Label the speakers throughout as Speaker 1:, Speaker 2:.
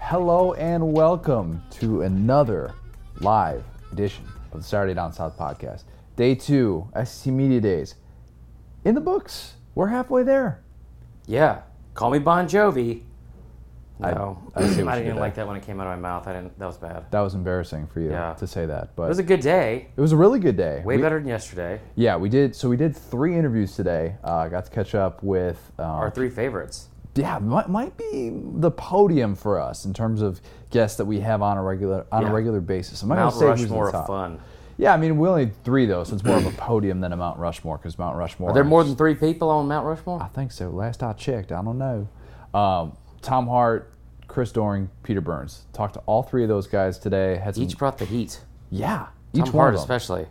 Speaker 1: Hello and welcome to another live edition of the Saturday Down South podcast. Day two, SC Media Days. In the books, we're halfway there.
Speaker 2: Yeah, call me Bon Jovi.
Speaker 1: I-
Speaker 2: No,
Speaker 1: I see what you
Speaker 2: I, didn't
Speaker 1: did
Speaker 2: even
Speaker 1: there.
Speaker 2: like that when it came out of my mouth. I didn't. That was bad.
Speaker 1: That was embarrassing for you
Speaker 2: Yeah.
Speaker 1: to say that, but
Speaker 2: It was a good day.
Speaker 1: really good day.
Speaker 2: Way
Speaker 1: We-
Speaker 2: better than yesterday.
Speaker 1: Yeah, we did. So we did three interviews today. Uh, got to catch up with um,
Speaker 2: Our three favorites.
Speaker 1: yeah, might, might be the podium for us in terms of guests that we have on a regular on a
Speaker 2: Yeah.
Speaker 1: regular basis. I'm not
Speaker 2: Mount
Speaker 1: gonna say who's in
Speaker 2: Rushmore
Speaker 1: the top.
Speaker 2: of fun.
Speaker 1: Yeah, I mean we only had three though, so it's more of a podium than a Mount Rushmore because Mount Rushmore.
Speaker 2: Are there more than three people on Mount Rushmore?
Speaker 1: I think so. Last I checked, I don't know. Um, Tom Hart, Chris Doring, Peter Burns. Talked to all three of those guys today. Had some,
Speaker 2: Each brought the heat.
Speaker 1: yeah, each
Speaker 2: Tom
Speaker 1: one
Speaker 2: Hart
Speaker 1: of them.
Speaker 2: especially.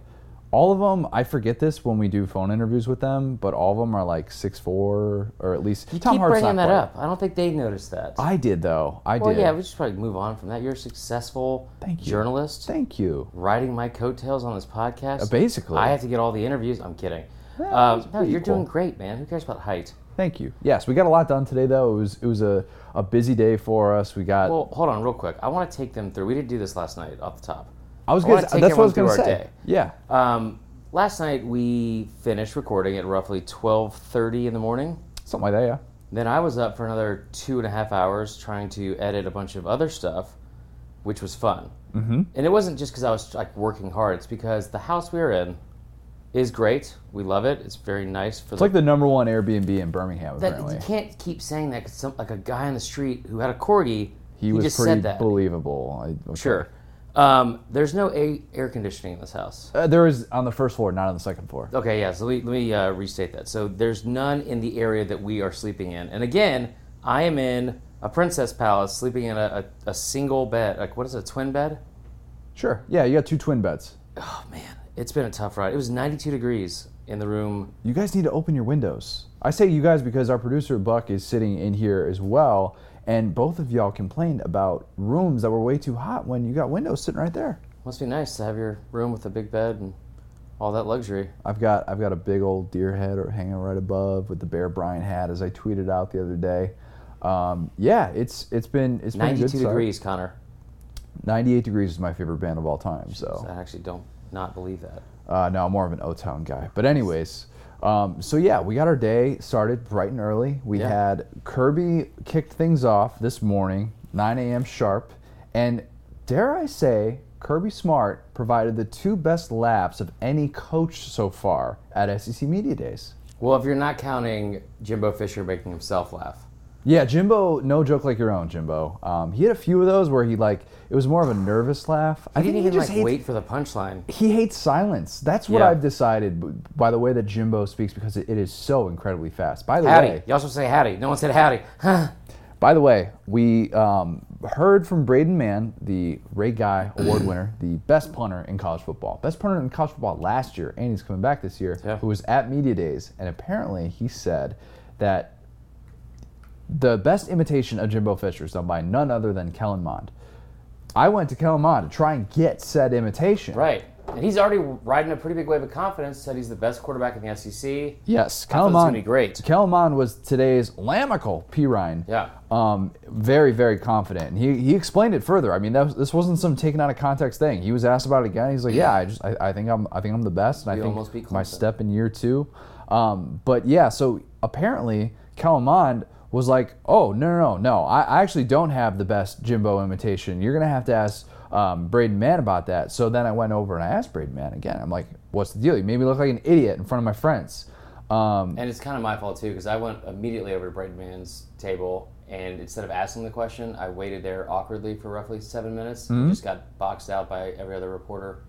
Speaker 1: All of them. I forget this when we do phone interviews with them, but all of them are like six four or at least.
Speaker 2: You
Speaker 1: Tom
Speaker 2: keep
Speaker 1: Hart's
Speaker 2: bringing
Speaker 1: not
Speaker 2: that
Speaker 1: quite.
Speaker 2: up. I don't think they noticed that.
Speaker 1: I did though. I
Speaker 2: well,
Speaker 1: did.
Speaker 2: yeah, we should probably move on from that. You're a successful
Speaker 1: Thank you.
Speaker 2: journalist.
Speaker 1: Thank you.
Speaker 2: riding my coattails on this podcast.
Speaker 1: Uh, basically.
Speaker 2: I have to get all the interviews. I'm kidding.
Speaker 1: Yeah,
Speaker 2: Um,
Speaker 1: that's
Speaker 2: no,
Speaker 1: pretty
Speaker 2: you're doing
Speaker 1: cool.
Speaker 2: great, man. Who cares about height?
Speaker 1: Thank you. Yes, we got a lot done today though. It was it was a, a busy day for us. We got
Speaker 2: Well, hold on, real quick. I want to take them through. We didn't do this last night off the top.
Speaker 1: I was
Speaker 2: I
Speaker 1: gonna
Speaker 2: wanna take
Speaker 1: that's what I was
Speaker 2: everyone
Speaker 1: gonna
Speaker 2: through
Speaker 1: say.
Speaker 2: our day.
Speaker 1: Yeah.
Speaker 2: Um, last night we finished recording at roughly 12:30 in the morning.
Speaker 1: Something like that, yeah.
Speaker 2: Then I was up for another two and a half hours trying to edit a bunch of other stuff, which was fun. Mm-hmm. And it wasn't just because I was like working hard. It's because the house we were in is great. We love it. It's very nice for
Speaker 1: It's like the number one Airbnb in Birmingham,
Speaker 2: That,
Speaker 1: apparently.
Speaker 2: you can't keep saying that because like a guy on the street who had a corgi,
Speaker 1: he,
Speaker 2: he,
Speaker 1: was
Speaker 2: just
Speaker 1: pretty
Speaker 2: said that.
Speaker 1: believable. I, okay.
Speaker 2: Sure. Um, there's no a- air conditioning in this house.
Speaker 1: Uh, there was on the first floor, not on the second floor.
Speaker 2: Okay, yeah. So let me, let me uh, restate that. So there's none in the area that we are sleeping in. And again, I am in a princess palace, sleeping in a, a, a single bed. Like what is it, a twin bed?
Speaker 1: Sure. Yeah, you got two twin beds.
Speaker 2: Oh man, it's been a tough ride. It was 92 degrees in the room.
Speaker 1: You guys need to open your windows. I say you guys because our producer Buck is sitting in here as well, and both of y'all complained about rooms that were way too hot when you got windows sitting right there.
Speaker 2: Must be nice to have your room with a big bed and all that luxury.
Speaker 1: I've got I've got a big old deer head or hanging right above with the Bear Bryant hat, as I tweeted out the other day. Um, yeah, it's it's been it's been a good
Speaker 2: 92
Speaker 1: start.
Speaker 2: degrees, Connor.
Speaker 1: Ninety eight degrees is my favorite band of all time. So
Speaker 2: I actually don't not believe that.
Speaker 1: uh, no, I'm more of an O Town guy. But anyways, um, so yeah, we got our day started bright and early. We
Speaker 2: Yeah.
Speaker 1: had Kirby kicked things off this morning, nine a.m. sharp, and dare I say. Kirby Smart provided the two best laps of any coach so far at SEC Media Days.
Speaker 2: Well, if you're not counting Jimbo Fisher making himself laugh,
Speaker 1: Yeah, Jimbo, no joke like your own, Jimbo. Um, he had a few of those where he like it was more of a nervous laugh. I
Speaker 2: he didn't
Speaker 1: think
Speaker 2: even
Speaker 1: he
Speaker 2: like
Speaker 1: just hates,
Speaker 2: wait for the punchline.
Speaker 1: He hates silence. That's what
Speaker 2: Yeah.
Speaker 1: I've decided b- by the way that Jimbo speaks because it, it is so incredibly fast. By the
Speaker 2: Howdy.
Speaker 1: way,
Speaker 2: Y'all supposed to say howdy. No one said howdy. Huh.
Speaker 1: by the way, we um, heard from Braden Mann, the Ray Guy Award winner, the best punter in college football, best punter in college football last year, and he's coming back this year.
Speaker 2: Yeah.
Speaker 1: Who was at media days, and apparently he said that the best imitation of Jimbo Fisher is done by none other than Kellen Mond. I went to Kellen Mond to try and get said imitation.
Speaker 2: right. And he's already riding a pretty big wave of confidence. Said he's the best quarterback in the E SEC.
Speaker 1: Yes,
Speaker 2: thought
Speaker 1: Kellen
Speaker 2: this was
Speaker 1: Mond.
Speaker 2: gonna be great.
Speaker 1: Kellen Mond was today's lamical Pirine.
Speaker 2: Yeah.
Speaker 1: Um, very, very confident. And he, he explained it further. I mean, that was, this wasn't some taken out of context thing. He was asked about it again. He's like, yeah, I just I, I think I'm I think I'm the best, and I
Speaker 2: We
Speaker 1: think
Speaker 2: almost beat
Speaker 1: my
Speaker 2: Clemson.
Speaker 1: step in year two. Um, but yeah, so apparently Kellen Mond was like, oh no no no no, I, I actually don't have the best Jimbo imitation. You're gonna have to ask. Um, Braden Mann about that. So then I went over and I asked Braden Mann again. I'm like, "What's the deal? You made me look like an idiot in front of my friends." Um,
Speaker 2: And it's kind of my fault too because I went immediately over to Brayden Mann's table and instead of asking the question, I waited there awkwardly for roughly seven minutes and just got boxed out by every other reporter.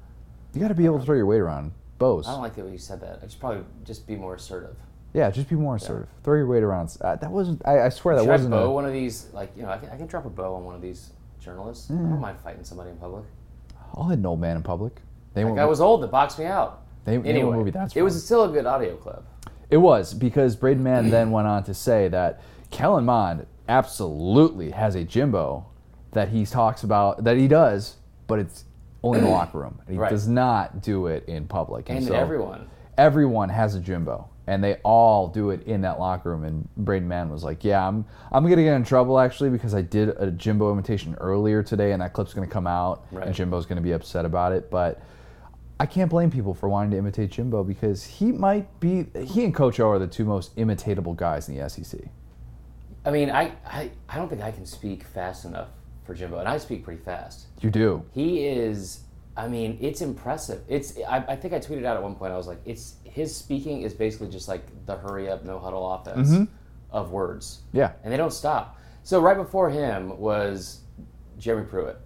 Speaker 1: You got to be able to throw your weight around. Bose.
Speaker 2: I don't like the way you said that. I should probably just be more assertive.
Speaker 1: Yeah, just be more assertive. Throw your weight around. Uh, that wasn't. I, I swear that
Speaker 2: Should I
Speaker 1: wasn't. a-
Speaker 2: bow one of these? Like, you know, I can, I can drop a bow on one of these journalists. I don't mind fighting somebody in public.
Speaker 1: I'll hit an old man in public. They
Speaker 2: Like,
Speaker 1: won't.
Speaker 2: I was old. That boxed me out.
Speaker 1: they, they
Speaker 2: Anyway,
Speaker 1: won't movie that's
Speaker 2: it was still a good audio clip.
Speaker 1: It was because Braden Mann then went on to say that Kellen Mond absolutely has a Jimbo that he talks about that he does, but it's only in the locker room. He
Speaker 2: Right.
Speaker 1: does not do it in public.
Speaker 2: And
Speaker 1: so-
Speaker 2: everyone.
Speaker 1: everyone has a Jimbo, and they all do it in that locker room. And Braden Mann was like, "Yeah, I'm I'm gonna get in trouble actually because I did a Jimbo imitation earlier today, and that clip's gonna come out,
Speaker 2: Right.
Speaker 1: and Jimbo's gonna be upset about it." But I can't blame people for wanting to imitate Jimbo because he might be he and Coach O are the two most imitatable guys in the E SEC.
Speaker 2: I mean, I, I, I don't think I can speak fast enough for Jimbo, and I speak pretty fast.
Speaker 1: You do.
Speaker 2: He is. I mean, it's impressive. It's. I, I think I tweeted out at one point. I was like, "It's his speaking is basically just like the hurry up, no huddle offense of words,
Speaker 1: Yeah.
Speaker 2: and they don't stop." So right before him was Jeremy Pruitt,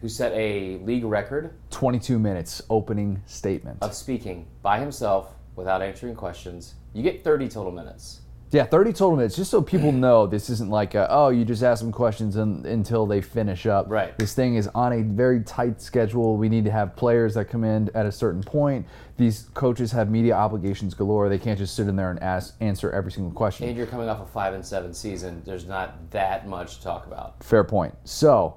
Speaker 2: who set a league record
Speaker 1: 22 minutes opening statement.
Speaker 2: of speaking by himself without answering questions. You get thirty total minutes.
Speaker 1: Yeah, 30 total minutes, just so people know this isn't like, a, oh, you just ask them questions un until they finish up.
Speaker 2: Right.
Speaker 1: This thing is on a very tight schedule. We need to have players that come in at a certain point. These coaches have media obligations galore. They can't just sit in there and ask, answer every single question.
Speaker 2: And you're coming off a five and seven season. There's not that much to talk about.
Speaker 1: Fair point. So,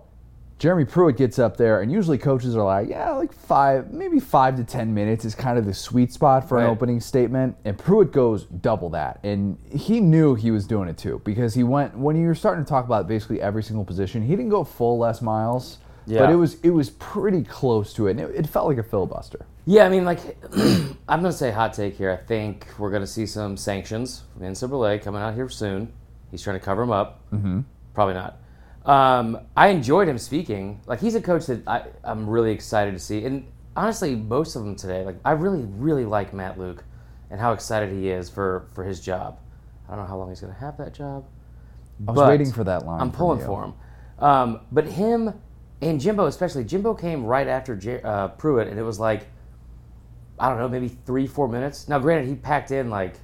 Speaker 1: Jeremy Pruitt gets up there, and usually coaches are like, yeah, like five, maybe five to 10 minutes is kind of the sweet spot for an
Speaker 2: Right.
Speaker 1: opening statement. And Pruitt goes double that. And he knew he was doing it too, because he went, when you were starting to talk about basically every single position, he didn't go full Les Miles.
Speaker 2: Yeah.
Speaker 1: But it was it was pretty close to it, and it, it felt like a filibuster.
Speaker 2: Yeah, I mean, like, I'm gonna say hot take here. I think we're gonna see some sanctions from the NCAA coming out here soon. He's trying to cover them up. Mm-hmm. Probably not. Um, I enjoyed him speaking. Like, he's a coach that I, I'm really excited to see. And honestly, most of them today. Like, I really, really like Matt Luke and how excited he is for for his job. I don't know how long he's gonna have that job.
Speaker 1: I was
Speaker 2: But
Speaker 1: waiting for that line.
Speaker 2: I'm
Speaker 1: from
Speaker 2: pulling
Speaker 1: you.
Speaker 2: for him. Um, but him and Jimbo, especially, Jimbo came right after J- uh, Pruitt, and it was like, I don't know, maybe three, four minutes. Now, granted, he packed in like,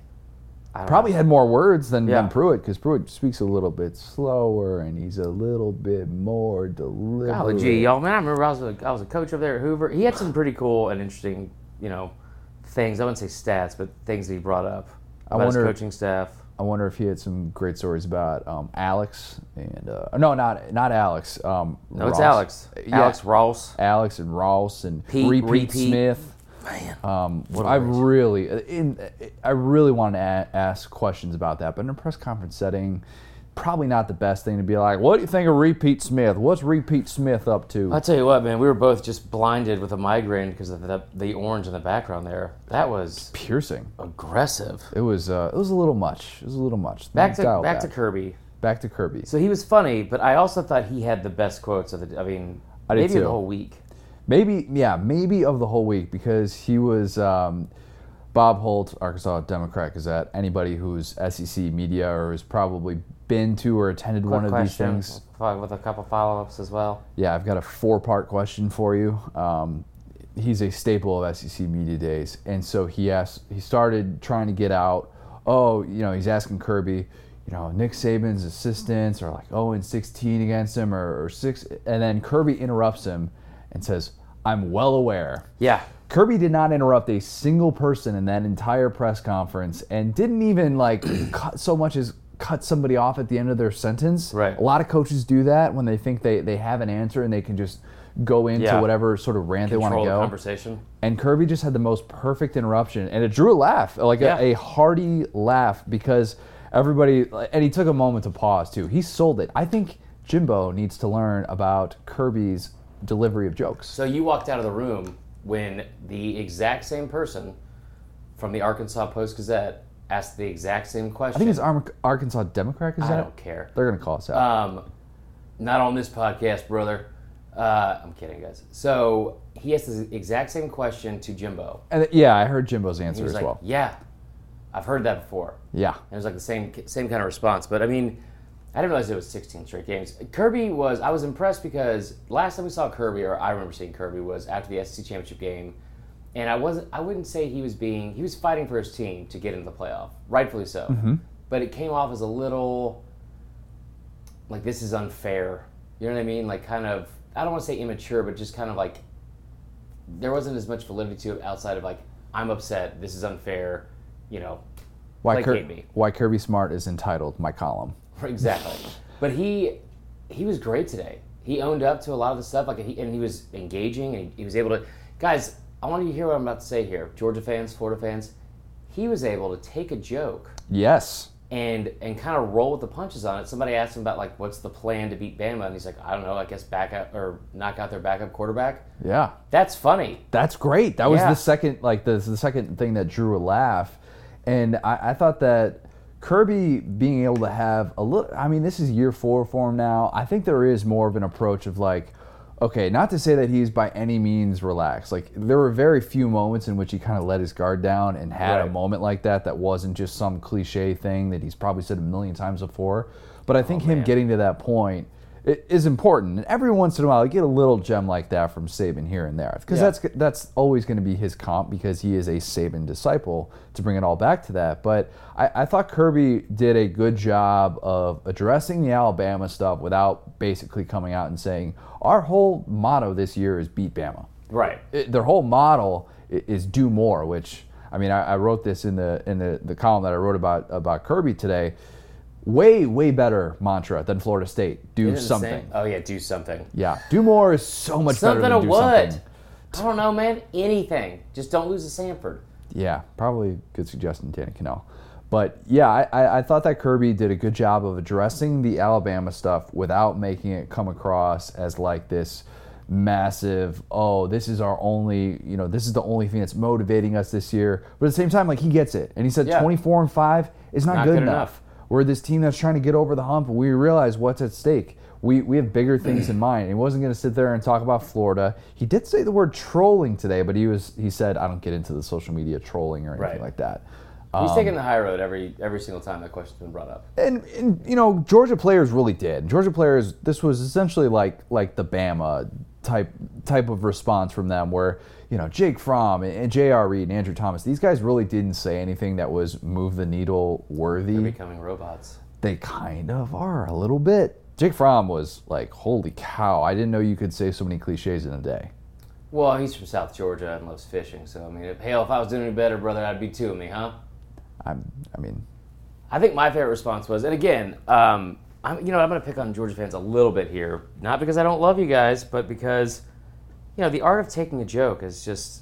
Speaker 2: I don't
Speaker 1: Probably had more words than,
Speaker 2: Yeah.
Speaker 1: than Pruitt because Pruitt speaks a little bit slower and he's a little bit more deliberate.
Speaker 2: know, golly oh, gee, y'all, man, I remember I was, a, I was a coach up there at Hoover. He had some pretty cool and interesting, you know, things. I wouldn't say stats, but things that he brought up about his
Speaker 1: wonder-
Speaker 2: coaching staff.
Speaker 1: I wonder if he had some great stories about um, Alex and uh, no, not not Alex. Um,
Speaker 2: No, it's
Speaker 1: Ross.
Speaker 2: Alex.
Speaker 1: Yeah,
Speaker 2: Alex Ross.
Speaker 1: Alex and Ross and
Speaker 2: Pete,
Speaker 1: Repeat,
Speaker 2: Repeat.
Speaker 1: Smith.
Speaker 2: Man.
Speaker 1: Um,
Speaker 2: a
Speaker 1: I
Speaker 2: race.
Speaker 1: really, in, I really wanted to a- ask questions about that, but in a press conference setting, probably not the best thing to be like, "What do you think of Repeat Smith? What's Repeat Smith up to?"
Speaker 2: I'll tell you what, man, we were both just blinded with a migraine because of the, the orange in the background there. That was
Speaker 1: Piercing.
Speaker 2: aggressive.
Speaker 1: It was, uh, it was a little much. It was a little much.
Speaker 2: Back to
Speaker 1: Mm, Dial
Speaker 2: back, to Kirby.
Speaker 1: back to Kirby.
Speaker 2: So he was funny, but I also thought he had the best quotes of the. I mean,
Speaker 1: I did
Speaker 2: maybe of
Speaker 1: too.
Speaker 2: the whole week.
Speaker 1: Maybe, yeah, maybe of the whole week because he was um, Bob Holt, Arkansas Democrat Gazette. Anybody who's SEC media or has probably been to or attended one of
Speaker 2: question
Speaker 1: these things.
Speaker 2: with a couple follow-ups as well.
Speaker 1: Yeah, I've got a four part question for you. Um, he's a staple of SEC media days. And so he asked, he started trying to get out, oh, you know, he's asking Kirby, you know, Nick Saban's assistants are like 0 and 16 against him or, or 6. And then Kirby interrupts him and says, I'm well aware.
Speaker 2: Yeah,
Speaker 1: Kirby did not interrupt a single person in that entire press conference and didn't even like cut so much as cut somebody off at the end of their sentence.
Speaker 2: Right.
Speaker 1: A lot of coaches do that when they think they, they have an answer and they can just go into
Speaker 2: Yeah.
Speaker 1: whatever sort of rant they
Speaker 2: control
Speaker 1: want
Speaker 2: the
Speaker 1: to go.
Speaker 2: conversation.
Speaker 1: And Kirby just had the most perfect interruption, and it drew a laugh, like
Speaker 2: Yeah.
Speaker 1: a, a hearty laugh, because everybody. And he took a moment to pause too. He sold it. I think Jimbo needs to learn about Kirby's delivery of jokes.
Speaker 2: So you walked out of the room when the exact same person from the Arkansas Post Gazette asked the exact same question.
Speaker 1: I think it's Ar- Arkansas Democrat Gazette.
Speaker 2: I don't care.
Speaker 1: They're gonna call us out.
Speaker 2: Um, not on this podcast, brother. Uh, I'm kidding, guys. So he asked the exact same question to Jimbo.
Speaker 1: and yeah, I heard Jimbo's answer
Speaker 2: He was
Speaker 1: as
Speaker 2: like,
Speaker 1: well.
Speaker 2: "Yeah, I've heard that before."
Speaker 1: Yeah,
Speaker 2: And it was like the same same kind of response. But I mean, I didn't realize it was 16 straight games. Kirby was I was impressed because last time we saw Kirby, or I remember seeing Kirby, was after the SEC championship game, and I wasn't I wouldn't say he was being he was fighting for his team to get into the playoff, rightfully so. But it came off as a little like this is unfair. You know what I mean? Like kind of I don't want to say immature, but just kind of like there wasn't as much validity to it outside of like I'm upset, this is unfair, you know,
Speaker 1: why,
Speaker 2: Like
Speaker 1: Kir-
Speaker 2: KB.
Speaker 1: why Kirby Smart is entitled my column.
Speaker 2: Exactly. but he he was great today. He owned up to a lot of the stuff, like he, and he was engaging, and he was able to. Guys, I want you to hear what I'm about to say here, Georgia fans, Florida fans. he was able to take a joke
Speaker 1: Yes.
Speaker 2: and and kind of roll with the punches on it. Somebody asked him about like what's the plan to beat Bama, and he's like, I don't know. I guess back out or knock out their backup quarterback.
Speaker 1: Yeah.
Speaker 2: That's funny.
Speaker 1: That's great. That was
Speaker 2: Yeah.
Speaker 1: the second, like the, the second thing that drew a laugh, and I, I thought that Kirby being able to have a little. I mean, this is year four for him now. I think there is more of an approach of like, okay, not to say that he's by any means relaxed. Like there were very few moments in which he kind of let his guard down and had a
Speaker 2: Right.
Speaker 1: moment like that that wasn't just some cliche thing that he's probably said a million times before. But I
Speaker 2: Oh,
Speaker 1: think him getting to that point i- is important. And every once in a while, you get a little gem like that from Saban here and there, because
Speaker 2: Yeah.
Speaker 1: that's that's always going to be his comp because he is a Saban disciple. To bring it all back to that, but I, I thought Kirby did a good job of addressing the Alabama stuff without basically coming out and saying our whole motto this year is beat Bama
Speaker 2: Right.
Speaker 1: it, their whole model i- is do more. Which I mean, I, I wrote this in the in the, the column that I wrote about about Kirby today. Way way better mantra than Florida State. Do
Speaker 2: Isn't it the
Speaker 1: something.
Speaker 2: same? Oh yeah, do something.
Speaker 1: Yeah, do more is so much
Speaker 2: something
Speaker 1: better
Speaker 2: to
Speaker 1: than do
Speaker 2: what?
Speaker 1: something.
Speaker 2: I don't know, man. Anything. Just don't lose to Sanford.
Speaker 1: Yeah, probably good suggestion, Danny Cannell. But yeah, I, I, I thought that Kirby did a good job of addressing the Alabama stuff without making it come across as like this massive, oh, this is our only, you know, this is the only thing that's motivating us this year. But at the same time, like he gets it. And he said
Speaker 2: Yeah.
Speaker 1: 24 and 5 is not, good,
Speaker 2: good
Speaker 1: enough.
Speaker 2: enough.
Speaker 1: We're this team that's trying to get over the hump, and we realize what's at stake. We, we have bigger things in mind. He wasn't going to sit there and talk about Florida. He did say the word trolling today, but he was he said I don't get into the social media trolling or anything
Speaker 2: Right.
Speaker 1: like that.
Speaker 2: He's taking the high road every every single time that question's been brought up.
Speaker 1: And, and you know Georgia players really did. Georgia players this was essentially like like the Bama type type of response from them where you know Jake Fromm and, and J.R. Reed and Andrew Thomas these guys really didn't say anything that was move the needle worthy.
Speaker 2: Becoming robots.
Speaker 1: they kind of are a little bit. Jake Fromm was like, holy cow, I didn't know you could say so many cliches in a day.
Speaker 2: Well, he's from South Georgia and loves fishing, so I mean, if, hell, if I was doing any better, brother, I'd be two of me, huh?
Speaker 1: I'm, I mean,
Speaker 2: I think my favorite response was, and again, um, I'm, you know, I'm going to pick on Georgia fans a little bit here, not because I don't love you guys, but because, you know, the art of taking a joke is just,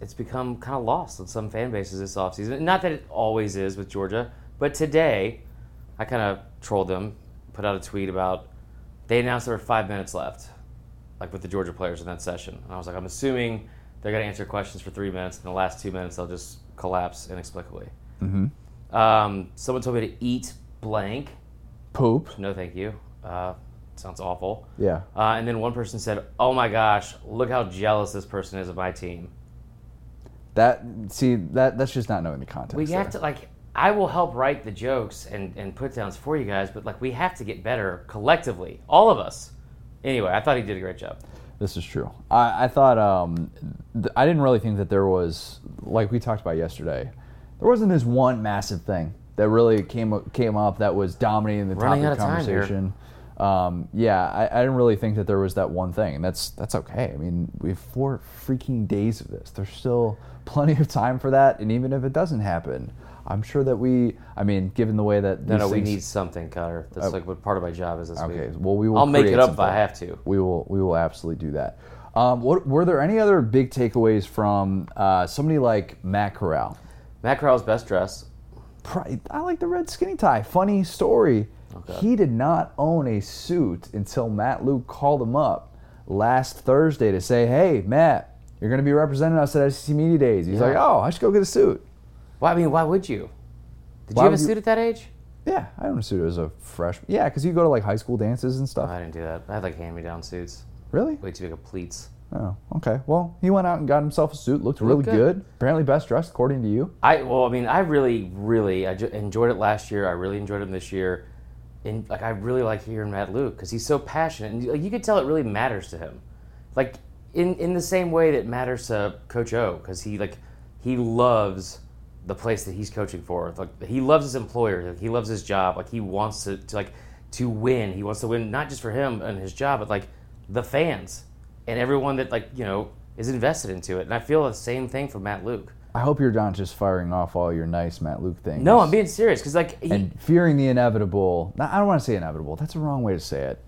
Speaker 2: it's become kind of lost in some fan bases this offseason. And Not that it always is with Georgia, but today, I kind of trolled them, put out a tweet about they announced there were five minutes left, like with the Georgia players in that session. And I was like, I'm assuming they're going to answer questions for three minutes, and the last two minutes they'll just collapse inexplicably. Um, someone told me to eat blank.
Speaker 1: poop.
Speaker 2: No, thank you. Uh, sounds awful.
Speaker 1: Yeah.
Speaker 2: Uh, and then one person said, "Oh my gosh, look how jealous this person is of my team."
Speaker 1: That, see, that that's just not knowing the context.
Speaker 2: We
Speaker 1: there.
Speaker 2: have to like. I will help write the jokes and and put downs for you guys, but like we have to get better collectively, all of us. Anyway, I thought he did a great job.
Speaker 1: This is true. I, I thought, um, th- I didn't really think that there was, like we talked about yesterday, there wasn't this one massive thing that really came came up that was dominating the
Speaker 2: Running
Speaker 1: topic
Speaker 2: out of time here.
Speaker 1: conversation. Um, yeah, I, I didn't really think that there was that one thing, and that's that's okay. I mean, we have four freaking days of this. There's still plenty of time for that, and even if it doesn't happen, I'm sure that we. I mean, given the way that
Speaker 2: No,
Speaker 1: these
Speaker 2: no, we
Speaker 1: things- Oh.
Speaker 2: need something, Connor. That's like what part of my job is this
Speaker 1: Okay,
Speaker 2: week.
Speaker 1: well, we will.
Speaker 2: I'll make
Speaker 1: create
Speaker 2: it up if I
Speaker 1: something.
Speaker 2: have to.
Speaker 1: We will. We will absolutely do that. Um, what, were there any other big takeaways from uh, somebody like Matt Corral?
Speaker 2: Matt Corral's best dress.
Speaker 1: Pri- I like the red skinny tie. Funny story. He did not own a suit until Matt Luke called him up last Thursday to say, "Hey, Matt, you're going to be representing us at SEC Media Days." He's
Speaker 2: Yeah.
Speaker 1: like, "Oh, I should go get a suit."
Speaker 2: Why? I mean, why would you? Did
Speaker 1: Why
Speaker 2: you have a
Speaker 1: would you-
Speaker 2: suit at that age?
Speaker 1: Yeah, I owned a suit as a freshman. Yeah, because you go to like high school dances and
Speaker 2: I
Speaker 1: stuff.
Speaker 2: didn't do that. I had like hand-me-down suits.
Speaker 1: Really?
Speaker 2: Way too big of pleats.
Speaker 1: Oh, okay. Well, he went out and got himself a suit. Looked really
Speaker 2: Looked
Speaker 1: good.
Speaker 2: good.
Speaker 1: Apparently, best dressed according to you.
Speaker 2: I well, I mean, I really, really, I ju- enjoyed it last year. I really enjoyed him this year, and like I really like hearing Matt Luke because he's so passionate, and like, you could tell it really matters to him. Like in in the same way that matters to Coach O because he like he loves the place that he's coaching for. Like he loves his employer. Like, he loves his job. Like he wants to, to like to win. He wants to win not just for him and his job, but like the fans and everyone that like you know is invested into it. And I feel the same thing for Matt Luke.
Speaker 1: I hope you're not just firing off all your nice Matt Luke things.
Speaker 2: No, I'm being serious because like he,
Speaker 1: and fearing the inevitable. No, I don't want to say inevitable. That's a wrong way to say it.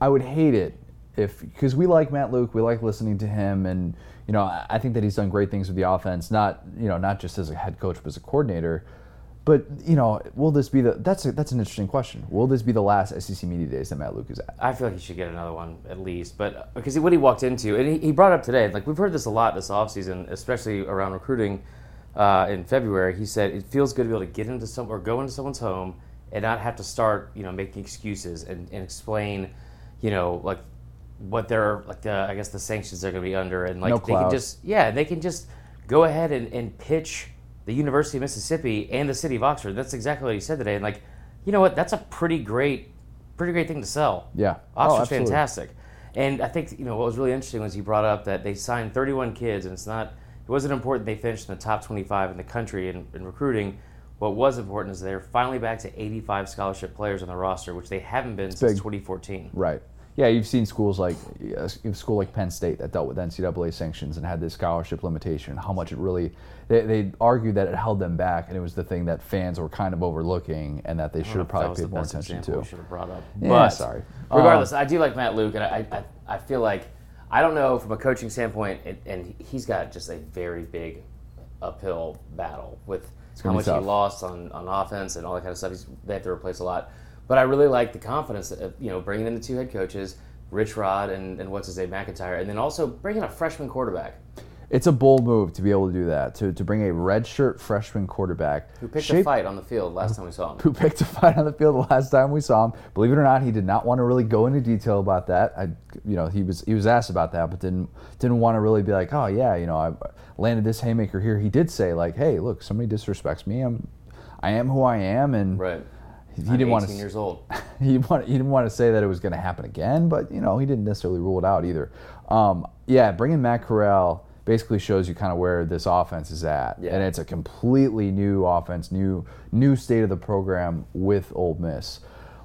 Speaker 1: I would hate it if because we like Matt Luke, we like listening to him, and you know, I I think that he's done great things with the offense, not you know, not just as a head coach, but as a coordinator. But you know, will this be the? That's a, that's an interesting question. Will this be the last SEC media days that Matt Luke is at?
Speaker 2: I feel like he should get another one at least, but because he, what he walked into, and he, he brought up today, like we've heard this a lot this offseason, especially around recruiting uh, in February. He said it feels good to be able to get into some or go into someone's home and not have to start, you know, making excuses and, and explain, you know, like what they're like the I guess the sanctions they're going to be under, and like
Speaker 1: No
Speaker 2: they can
Speaker 1: cloud.
Speaker 2: just yeah, they can just go ahead and, and pitch the University of Mississippi and the city of Oxford. That's exactly what he said today, and like you know what, that's a pretty great, pretty great thing to sell.
Speaker 1: Yeah. Oh,
Speaker 2: Oxford's
Speaker 1: absolutely.
Speaker 2: fantastic. And I think you know what was really interesting was he brought up that they signed 31 kids, and it's not it wasn't important they finished in the top 25 in the country in, in recruiting. What was important is they're finally back to 85 scholarship players on the roster, which they haven't been since
Speaker 1: big.
Speaker 2: 2014.
Speaker 1: Right. Yeah, you've seen schools like a school like Penn State that dealt with NCAA sanctions and had this scholarship limitation. How much it really they, they argued that it held them back, and it was the thing that fans were kind of overlooking, and that they should have
Speaker 2: don't know
Speaker 1: probably
Speaker 2: if
Speaker 1: paid
Speaker 2: that
Speaker 1: more
Speaker 2: was the best
Speaker 1: attention
Speaker 2: example
Speaker 1: to.
Speaker 2: we should have brought up.
Speaker 1: Yeah,
Speaker 2: but
Speaker 1: sorry.
Speaker 2: Regardless, I do like Matt Luke, and I, I, I feel like I don't know from a coaching standpoint, and, and he's got just a very big uphill battle with how
Speaker 1: gonna be
Speaker 2: much
Speaker 1: tough.
Speaker 2: he lost on, on offense and all that kind of stuff. He's, they have to replace a lot, but I really like the confidence of you know bringing in the two head coaches, Rich Rod and, and what's his name McIntyre, and then also bringing a freshman quarterback.
Speaker 1: Um, It's a bold move to be able to do that to, to bring a redshirt freshman quarterback
Speaker 2: Who picked a fight on the field last time we saw him?
Speaker 1: who picked a fight on the field the last time we saw him. Believe it or not, he did not want to really go into detail about that. I, you know, he was he was asked about that, but didn't didn't want to really be like, oh yeah, you know, I landed this haymaker here. He did say like, hey, look, somebody disrespects me. I'm, I am who I am, and
Speaker 2: Right.
Speaker 1: he
Speaker 2: I'm
Speaker 1: didn't want
Speaker 2: 18
Speaker 1: to
Speaker 2: years old.
Speaker 1: he want, he didn't want to say that it was going to happen again, but you know he didn't necessarily rule it out either. Um, yeah, bringing Matt Corral basically shows you kind of where this offense is at,
Speaker 2: Yeah.
Speaker 1: and it's a completely new offense, new new state of the program with Old Miss.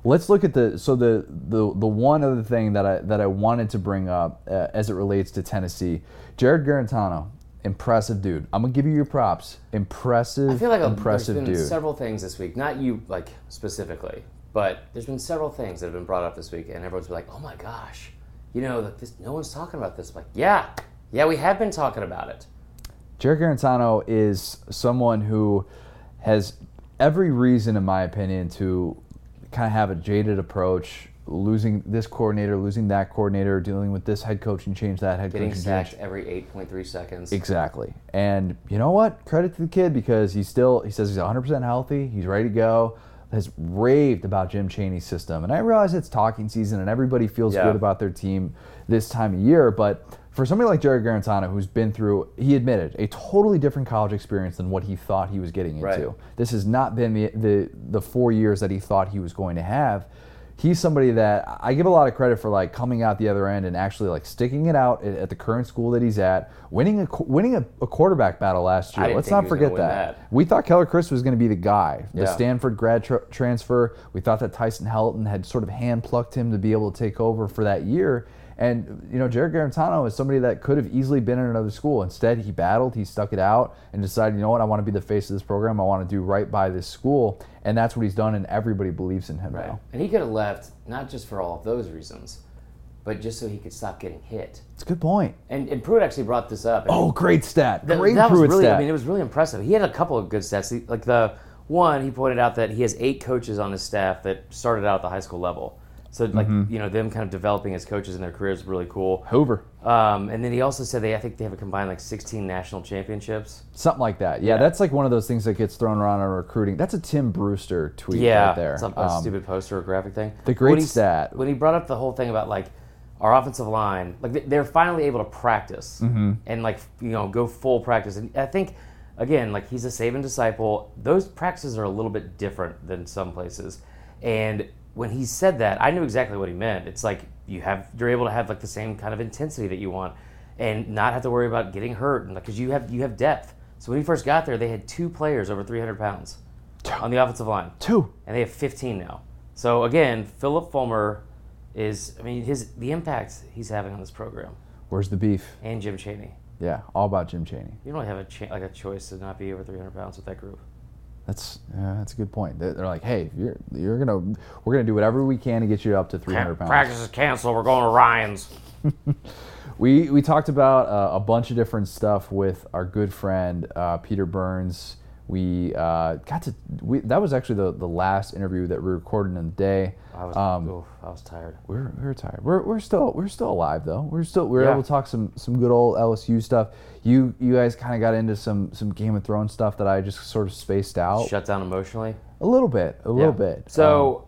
Speaker 1: Let's look at the so the the the one other thing that I that I wanted to bring up uh, as it relates to Tennessee, Jared Garantano, impressive dude. I'm gonna give you your props. Impressive,
Speaker 2: I feel like a,
Speaker 1: impressive
Speaker 2: there's been
Speaker 1: dude.
Speaker 2: several things this week. Not you, like specifically, but there's been several things that have been brought up this week, and everyone's been like, "Oh my gosh, you know, like this, no one's talking about this." Like, yeah, yeah, we have been talking about it.
Speaker 1: Jared Garantano is someone who has every reason, in my opinion, to kind of have a jaded approach, losing this coordinator, losing that coordinator, dealing with this head coaching change, that head
Speaker 2: Getting
Speaker 1: coaching
Speaker 2: sacked
Speaker 1: change.
Speaker 2: every 8.3 seconds.
Speaker 1: Exactly. And you know what? Credit to the kid because he's still, he says he's 100% healthy, he's ready to go, has raved about Jim Cheney's system. And I realize it's talking season and everybody feels
Speaker 2: Yeah.
Speaker 1: good about their team this time of year, but for somebody like Jared Garantano, who's been through, he admitted, a totally different college experience than what he thought he was getting into.
Speaker 2: Right.
Speaker 1: This has not been the, the the four years that he thought he was going to have. He's somebody that I give a lot of credit for, like coming out the other end and actually like sticking it out at, at the current school that he's at, winning a qu- winning a, a quarterback battle last year.
Speaker 2: didn't
Speaker 1: Let's
Speaker 2: think
Speaker 1: not
Speaker 2: he was gonna
Speaker 1: forget
Speaker 2: win
Speaker 1: that.
Speaker 2: that.
Speaker 1: We thought Keller Chris was going to be the guy, the
Speaker 2: Yeah.
Speaker 1: Stanford grad tra- transfer. We thought that Tyson Helton had sort of hand plucked him to be able to take over for that year. And you know, Jared Garantano is somebody that could have easily been in another school. Instead, he battled, he stuck it out, and decided, you know what, I want to be the face of this program. I want to do right by this school, and that's what he's done. And everybody believes in him now.
Speaker 2: And he could have left not just for all of those reasons, but just so he could stop getting hit.
Speaker 1: It's a good point.
Speaker 2: And, and Pruitt actually brought this up.
Speaker 1: Oh, great stat!
Speaker 2: Th-
Speaker 1: Great
Speaker 2: that
Speaker 1: Pruitt
Speaker 2: was really,
Speaker 1: stat.
Speaker 2: I mean, it was really impressive. He had a couple of good stats. He- Like the one, he pointed out that he has eight coaches on his staff that started out at the high school level. So, like you know, them kind of developing as coaches in their careers is really cool.
Speaker 1: Hoover,
Speaker 2: Um, and then he also said they, I think they have a combined like 16 national championships.
Speaker 1: something like that. Yeah, that's like one of those things that gets thrown around on recruiting. That's a Tim Brewster tweet
Speaker 2: Yeah,
Speaker 1: right there.
Speaker 2: some a
Speaker 1: Um,
Speaker 2: stupid poster or graphic thing.
Speaker 1: the great
Speaker 2: When he-
Speaker 1: stat.
Speaker 2: when he brought up the whole thing about like our offensive line, like they- they're finally able to practice
Speaker 1: Mm-hmm.
Speaker 2: and like you know go full practice. And I think again, like he's a Saban disciple. Those practices are a little bit different than some places. And when he said that, I knew exactly what he meant. It's like you have you're able to have like the same kind of intensity that you want, and not have to worry about getting hurt, and like because you have you have depth. So when he first got there, they had two players over 300 pounds on the offensive line
Speaker 1: two.
Speaker 2: and they have 15 now. So again, Philip Fulmer is, I mean, his the impact he's having on this program
Speaker 1: Where's the beef?
Speaker 2: and Jim Cheney.
Speaker 1: Yeah, all about Jim Cheney.
Speaker 2: You don't really have a cha- like a choice to not be over 300 pounds with that group.
Speaker 1: That's yeah, that's a good point. They're, they're like, hey, you're you're gonna we're gonna do whatever we can to get you up to 300 pounds.
Speaker 2: Practice is canceled. We're going to Ryan's.
Speaker 1: We we talked about uh, a bunch of different stuff with our good friend uh, Peter Burns. We uh, got to we, that was actually the, the last interview that we recorded in the day. Um,
Speaker 2: I was, oof, I was tired.
Speaker 1: We're, we're tired. We're, we're still we're still alive though. We're still we're
Speaker 2: Yeah.
Speaker 1: able to talk some some good old LSU stuff. You you guys kind of got into some some Game of Thrones stuff that I just sort of spaced out
Speaker 2: Shut down emotionally.
Speaker 1: a little bit, oh. a little
Speaker 2: Yeah.
Speaker 1: bit. Um,
Speaker 2: So,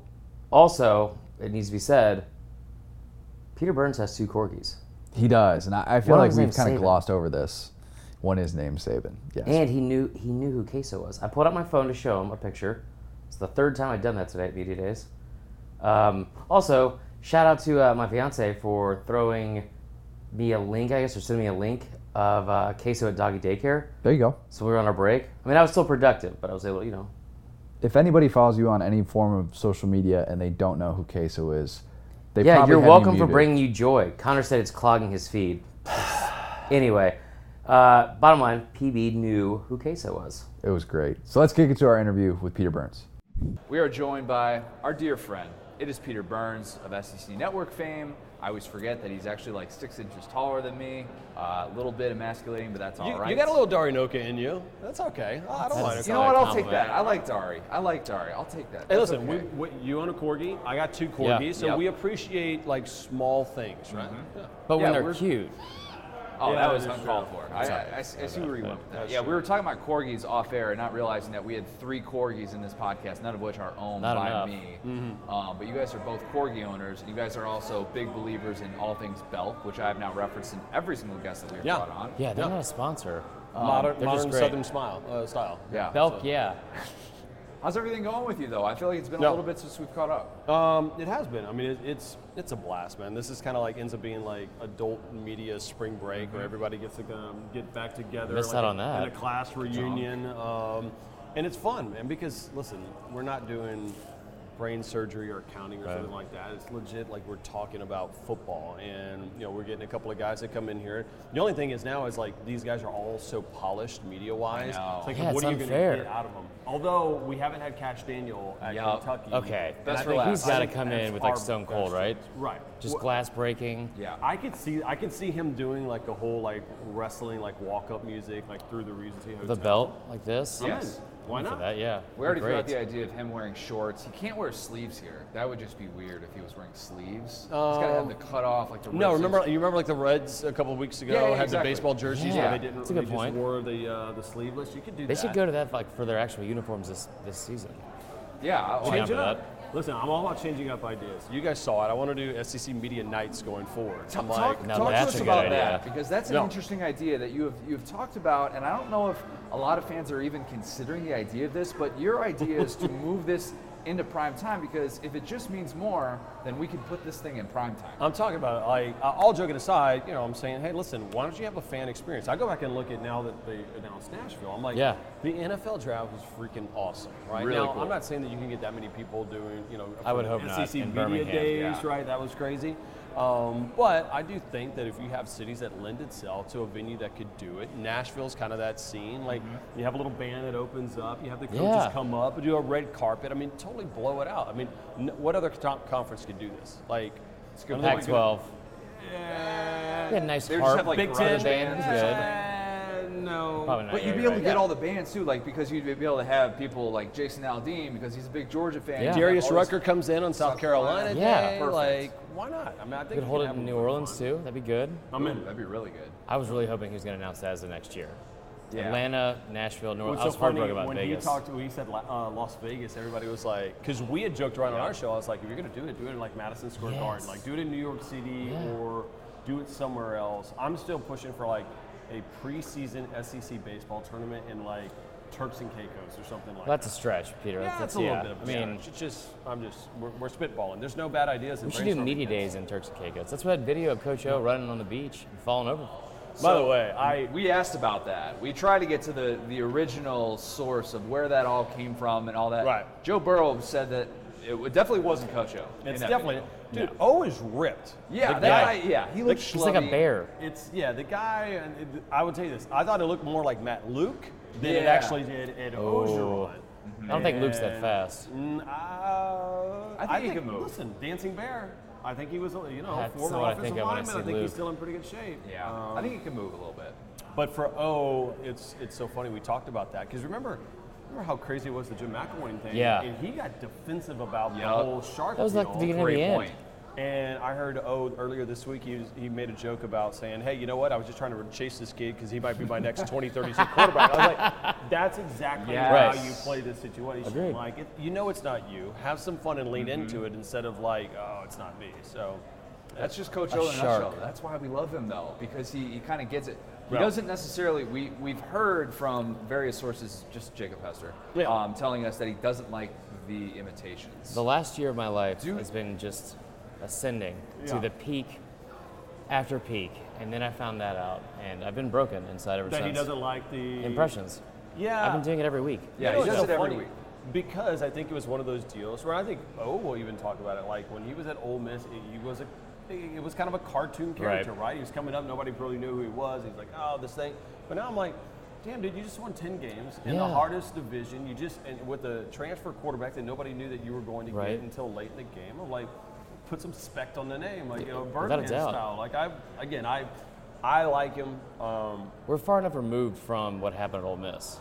Speaker 2: also, it needs to be said, Peter Burns has two corgis,
Speaker 1: Um, he does, and I, I feel
Speaker 2: One of
Speaker 1: like
Speaker 2: his
Speaker 1: we've
Speaker 2: name's
Speaker 1: kind of
Speaker 2: Saban.
Speaker 1: glossed over this. One is named Saban. Yes.
Speaker 2: and he knew he knew who Queso was. I pulled out my phone to show him a picture. It's the third time I've done that today at Media Days. Um, also, shout out to uh, my fiance for throwing me a link, I guess, or sending me a link of uh, Queso at Doggy Daycare.
Speaker 1: there you go.
Speaker 2: So we were on our break. I mean, I was still productive, but I was able, you know,
Speaker 1: if anybody follows you on any form of social media and they don't know who Queso is, they
Speaker 2: Yeah,
Speaker 1: probably
Speaker 2: you're
Speaker 1: have you
Speaker 2: welcome for
Speaker 1: muted.
Speaker 2: bringing you joy. Connor said it's clogging his feed. anyway, uh, bottom line, PB knew who Queso was.
Speaker 1: It was great. So let's kick it to our interview with Peter Burns. We are joined by our dear friend. It is Peter Burns of SEC Network fame. I always forget that he's actually like six inches taller than me. Uh, A little bit emasculating, but that's all
Speaker 3: You,
Speaker 1: right.
Speaker 3: you got a little Darinoka in you. That's okay. I don't mind. it.
Speaker 1: You know what? I'll take that. I like Dari. I like Dari. I'll take that.
Speaker 3: Hey, listen, we, we, you own a corgi. I got two corgis, so
Speaker 1: Yep.
Speaker 3: we appreciate like small things, right? Yeah.
Speaker 2: But
Speaker 1: Yeah,
Speaker 2: when they're
Speaker 1: we're-
Speaker 2: cute,
Speaker 1: Oh,
Speaker 3: Yeah,
Speaker 1: that
Speaker 3: that
Speaker 1: was
Speaker 3: is
Speaker 1: uncalled
Speaker 3: true.
Speaker 1: for. I, I- I see I see where you went with that. Yeah, we were talking about corgis off air and not realizing that we had three corgis in this podcast, none of which are owned
Speaker 2: Not
Speaker 1: by
Speaker 2: enough.
Speaker 1: me. Um, but you guys are both corgi owners, and you guys are also big believers in all things belt, which I have now referenced in every single guest that we've
Speaker 3: Yeah.
Speaker 1: brought on.
Speaker 2: yeah, they're
Speaker 3: Yeah.
Speaker 2: not a sponsor. Um,
Speaker 3: modern
Speaker 2: they're just
Speaker 3: modern
Speaker 2: great.
Speaker 3: Southern smile uh, style.
Speaker 1: Yeah.
Speaker 2: Belk, yeah.
Speaker 1: How's everything going with you, though? I feel like it's been a
Speaker 3: No.
Speaker 1: little bit since we've caught up.
Speaker 3: Um, it has been. I mean, it, it's it's a blast, man. This is kind of like ends up being like adult media spring break where everybody gets to um, get back together.
Speaker 2: Missed
Speaker 3: like
Speaker 2: Mm-hmm. out on
Speaker 3: in-
Speaker 2: that.
Speaker 3: In a class reunion, um, and it's fun, man. Because listen, we're not doing brain surgery or accounting or something like that. It's legit. Like we're talking about football, and you know we're getting a couple of guys that come in here. The only thing is now is like these guys are all so polished media wise.
Speaker 1: know.
Speaker 3: It's like
Speaker 2: Yeah,
Speaker 3: what
Speaker 2: it's
Speaker 3: are you
Speaker 2: unfair.
Speaker 3: going to get out of them? Although we haven't had Cash Daniel at
Speaker 1: Yeah.
Speaker 3: Kentucky.
Speaker 2: Okay.
Speaker 3: And I
Speaker 1: That's
Speaker 3: think
Speaker 1: relaxed.
Speaker 3: he's
Speaker 1: I
Speaker 2: He's got to
Speaker 1: think
Speaker 2: come in
Speaker 3: that's
Speaker 2: with like
Speaker 3: our
Speaker 2: Stone Cold,
Speaker 3: best
Speaker 2: right?
Speaker 3: chance. Right.
Speaker 2: Just
Speaker 3: Wh-
Speaker 2: glass breaking.
Speaker 1: Yeah.
Speaker 3: I could see I could see him doing like a whole like wrestling like walk up music like through the Regency Hotel.
Speaker 2: The belt like this.
Speaker 3: I'm in.
Speaker 1: Yes.
Speaker 3: Why
Speaker 2: For
Speaker 3: not?
Speaker 2: that, yeah.
Speaker 1: We already threw
Speaker 2: Great.
Speaker 1: out the idea of him wearing shorts. He can't wear sleeves here. That would just be weird if he was wearing sleeves. He's got to have
Speaker 3: Um,
Speaker 1: the cut off, like the
Speaker 3: No,
Speaker 1: wrist is-
Speaker 3: remember you remember like the Reds a couple of weeks ago
Speaker 1: Yeah, yeah,
Speaker 3: had
Speaker 1: exactly.
Speaker 3: the baseball jerseys
Speaker 2: Yeah.
Speaker 3: where they didn't
Speaker 2: That's a good
Speaker 3: they
Speaker 2: point.
Speaker 3: just wore the uh, the sleeveless. You could do
Speaker 2: They
Speaker 3: that.
Speaker 2: should go to that like for their actual uniforms this this season.
Speaker 1: Yeah, I-
Speaker 3: change
Speaker 2: for
Speaker 3: it up.
Speaker 2: that.
Speaker 3: Listen, I'm all about changing up ideas. You guys saw it. I want to do SEC media nights going forward.
Speaker 1: Talk,
Speaker 3: I'm like,
Speaker 1: talk,
Speaker 2: now
Speaker 1: talk to
Speaker 2: that's
Speaker 1: us
Speaker 2: a good
Speaker 1: about
Speaker 2: idea.
Speaker 1: that because that's an
Speaker 3: No.
Speaker 1: interesting idea that you have you've talked about, and I don't know if a lot of fans are even considering the idea of this. But your idea is to move this into prime time because if it just means more, then we can put this thing in prime time.
Speaker 3: I'm talking about it. Like, uh, all joking aside, you know, I'm saying, hey, listen, why don't you have a fan experience? I go back and look at now that they announced Nashville. I'm like,
Speaker 2: Yeah.
Speaker 3: the NFL draft was freaking awesome, right?
Speaker 1: Really
Speaker 3: now,
Speaker 1: cool.
Speaker 3: I'm not saying that you can get that many people doing, you know,
Speaker 2: I would hope not,
Speaker 3: SEC
Speaker 2: in
Speaker 3: media
Speaker 2: Birmingham,
Speaker 3: days,
Speaker 1: yeah.
Speaker 3: right? That was crazy. Um, but I do think that if you have cities that lend itself to a venue that could do it, Nashville's kind of that scene. Like, you have a little band that opens up, you have the coaches
Speaker 2: Mm-hmm. Yeah.
Speaker 3: come come up, do a red carpet. I mean, totally blow it out. I mean, n- what other top conference could do this? Like, it's
Speaker 1: good
Speaker 2: Pac 12. Yeah. They had nice
Speaker 1: They would just
Speaker 2: harp.
Speaker 1: have, like,
Speaker 2: Big
Speaker 1: garage
Speaker 2: Ten
Speaker 1: bands
Speaker 2: bands.
Speaker 1: or
Speaker 2: Good.
Speaker 3: no.
Speaker 2: Probably not.
Speaker 1: But
Speaker 2: yeah,
Speaker 1: you'd be
Speaker 2: you're
Speaker 1: able to
Speaker 2: right.
Speaker 1: get all the bands too, like because you'd be able to have people like Jason Aldean because he's a big Georgia fan.
Speaker 2: Yeah.
Speaker 1: You'd have
Speaker 3: Darius
Speaker 1: all this-
Speaker 3: Rucker comes in on South,
Speaker 1: South
Speaker 3: Carolina.
Speaker 1: Carolina.
Speaker 2: Yeah.
Speaker 3: Day.
Speaker 1: Perfect.
Speaker 3: Like, why not? I mean, I think
Speaker 2: Could
Speaker 3: we
Speaker 2: hold it
Speaker 3: have
Speaker 2: in
Speaker 3: a
Speaker 2: New
Speaker 3: little
Speaker 2: Orleans
Speaker 3: fun.
Speaker 2: too. That'd be good.
Speaker 3: I'm
Speaker 1: Ooh,
Speaker 3: in.
Speaker 1: That'd be really good.
Speaker 2: I was really hoping he was going to announce that as the next year.
Speaker 1: Yeah.
Speaker 2: Atlanta, Nashville, New Orleans.
Speaker 3: What's
Speaker 2: I
Speaker 3: so
Speaker 2: was heartbroken
Speaker 3: funny
Speaker 2: about
Speaker 3: when
Speaker 2: Vegas.
Speaker 3: he talked, when he said La- uh, Las Vegas, everybody was like, because we had joked around on our show. I was like, if you're gonna do it, do it in like Madison Square
Speaker 2: Yes.
Speaker 3: Garden, like do it in New York City
Speaker 2: Yeah.
Speaker 3: or do it somewhere else. I'm still pushing for like a preseason SEC baseball tournament in like Turks and Caicos or something like
Speaker 2: Well, that's a
Speaker 3: that.
Speaker 2: stretch, Peter.
Speaker 3: yeah,
Speaker 2: that's,
Speaker 3: that's
Speaker 2: that's
Speaker 3: a little
Speaker 2: yeah.
Speaker 3: bit of.
Speaker 2: I mean,
Speaker 3: it's just I'm just we're, we're spitballing. There's no bad ideas. in
Speaker 2: we should do
Speaker 3: brainstorming
Speaker 2: media
Speaker 3: things.
Speaker 2: days in Turks and Caicos. That's what video of Coach O running on the beach and falling over.
Speaker 3: By the way, I
Speaker 1: We asked about that. We tried to get to the, the original source of where that all came from and all that.
Speaker 3: Right.
Speaker 1: Joe Burrow said that it w- definitely wasn't Coach O. in
Speaker 3: it's
Speaker 1: that
Speaker 3: definitely
Speaker 1: video.
Speaker 3: dude. O is ripped.
Speaker 1: Yeah,
Speaker 2: The
Speaker 1: that guy,
Speaker 2: guy-
Speaker 1: yeah, he looks
Speaker 2: He's like a
Speaker 1: schlubby.
Speaker 2: bear.
Speaker 3: It's yeah, the guy. And it, I will tell you this. I thought it looked more like Matt Luke than it
Speaker 1: Yeah.
Speaker 3: actually did Ed Ogeron.
Speaker 2: I don't think Luke's that
Speaker 3: And-
Speaker 2: fast.
Speaker 3: Mm, uh,
Speaker 4: I think he can move.
Speaker 3: Listen, Dancing Bear. I think he was, you know,
Speaker 2: That's
Speaker 3: former
Speaker 2: not what I
Speaker 3: offensive
Speaker 2: think of when I
Speaker 3: lineman. I
Speaker 2: see
Speaker 3: think he's
Speaker 2: Luke.
Speaker 3: still in pretty good shape.
Speaker 4: Yeah, I think he can move a little bit.
Speaker 3: But for O, it's it's so funny we talked about that because remember, remember how crazy it was the Jim McElwain thing.
Speaker 2: Yeah.
Speaker 3: and he got defensive about the
Speaker 4: Yup.
Speaker 3: whole shark.
Speaker 2: That was like the
Speaker 3: deal.
Speaker 2: beginning of the
Speaker 4: Great
Speaker 2: end.
Speaker 4: point.
Speaker 3: And I heard O earlier this week, he, was, he made a joke about saying, hey, you know what? I was just trying to chase this kid because he might be my next 20, 30 seed quarterback. I was like, that's exactly
Speaker 4: Yes.
Speaker 3: how you play this situation.
Speaker 2: Agreed.
Speaker 3: Like, it, you know it's not you. Have some fun and lean into it instead of like, oh, it's not me. So,
Speaker 4: Mm-hmm. That's just Coach O in a
Speaker 2: shark.
Speaker 4: nutshell. That's why we love him though, because he, he kind of gets it. He
Speaker 3: Yeah.
Speaker 4: doesn't necessarily. We we've heard from various sources, just Jacob Hester,
Speaker 3: Yeah.
Speaker 4: um, telling us that he doesn't like the imitations.
Speaker 2: The last year of my life
Speaker 4: Dude.
Speaker 2: has been just ascending
Speaker 3: Yeah.
Speaker 2: to the peak after peak, and then I found that out, and I've been broken inside ever
Speaker 3: that
Speaker 2: since.
Speaker 3: he doesn't like the
Speaker 2: Impressions.
Speaker 3: Yeah.
Speaker 2: I've been doing it every week.
Speaker 4: Yeah,
Speaker 3: You know,
Speaker 4: he
Speaker 3: it's
Speaker 4: does
Speaker 3: so
Speaker 4: it every
Speaker 3: funny
Speaker 4: week.
Speaker 3: Because I think it was one of those deals where I think Oh will even talk about it. Like when he was at Ole Miss, it, he was a it was kind of a cartoon character, right. He was coming up, nobody really knew who he was. He's like, oh, this thing. But now I'm like, damn, dude, you just won ten games in the
Speaker 2: Yeah.
Speaker 3: hardest division. You just and with a transfer quarterback that nobody knew that you were going to
Speaker 2: Right.
Speaker 3: get until late in the game. I'm like, put some spect on the name, like you know,
Speaker 2: without a
Speaker 3: Birdman
Speaker 2: doubt.
Speaker 3: style. Like I again, I I like him. Um,
Speaker 2: We're far enough removed from what happened at Ole Miss.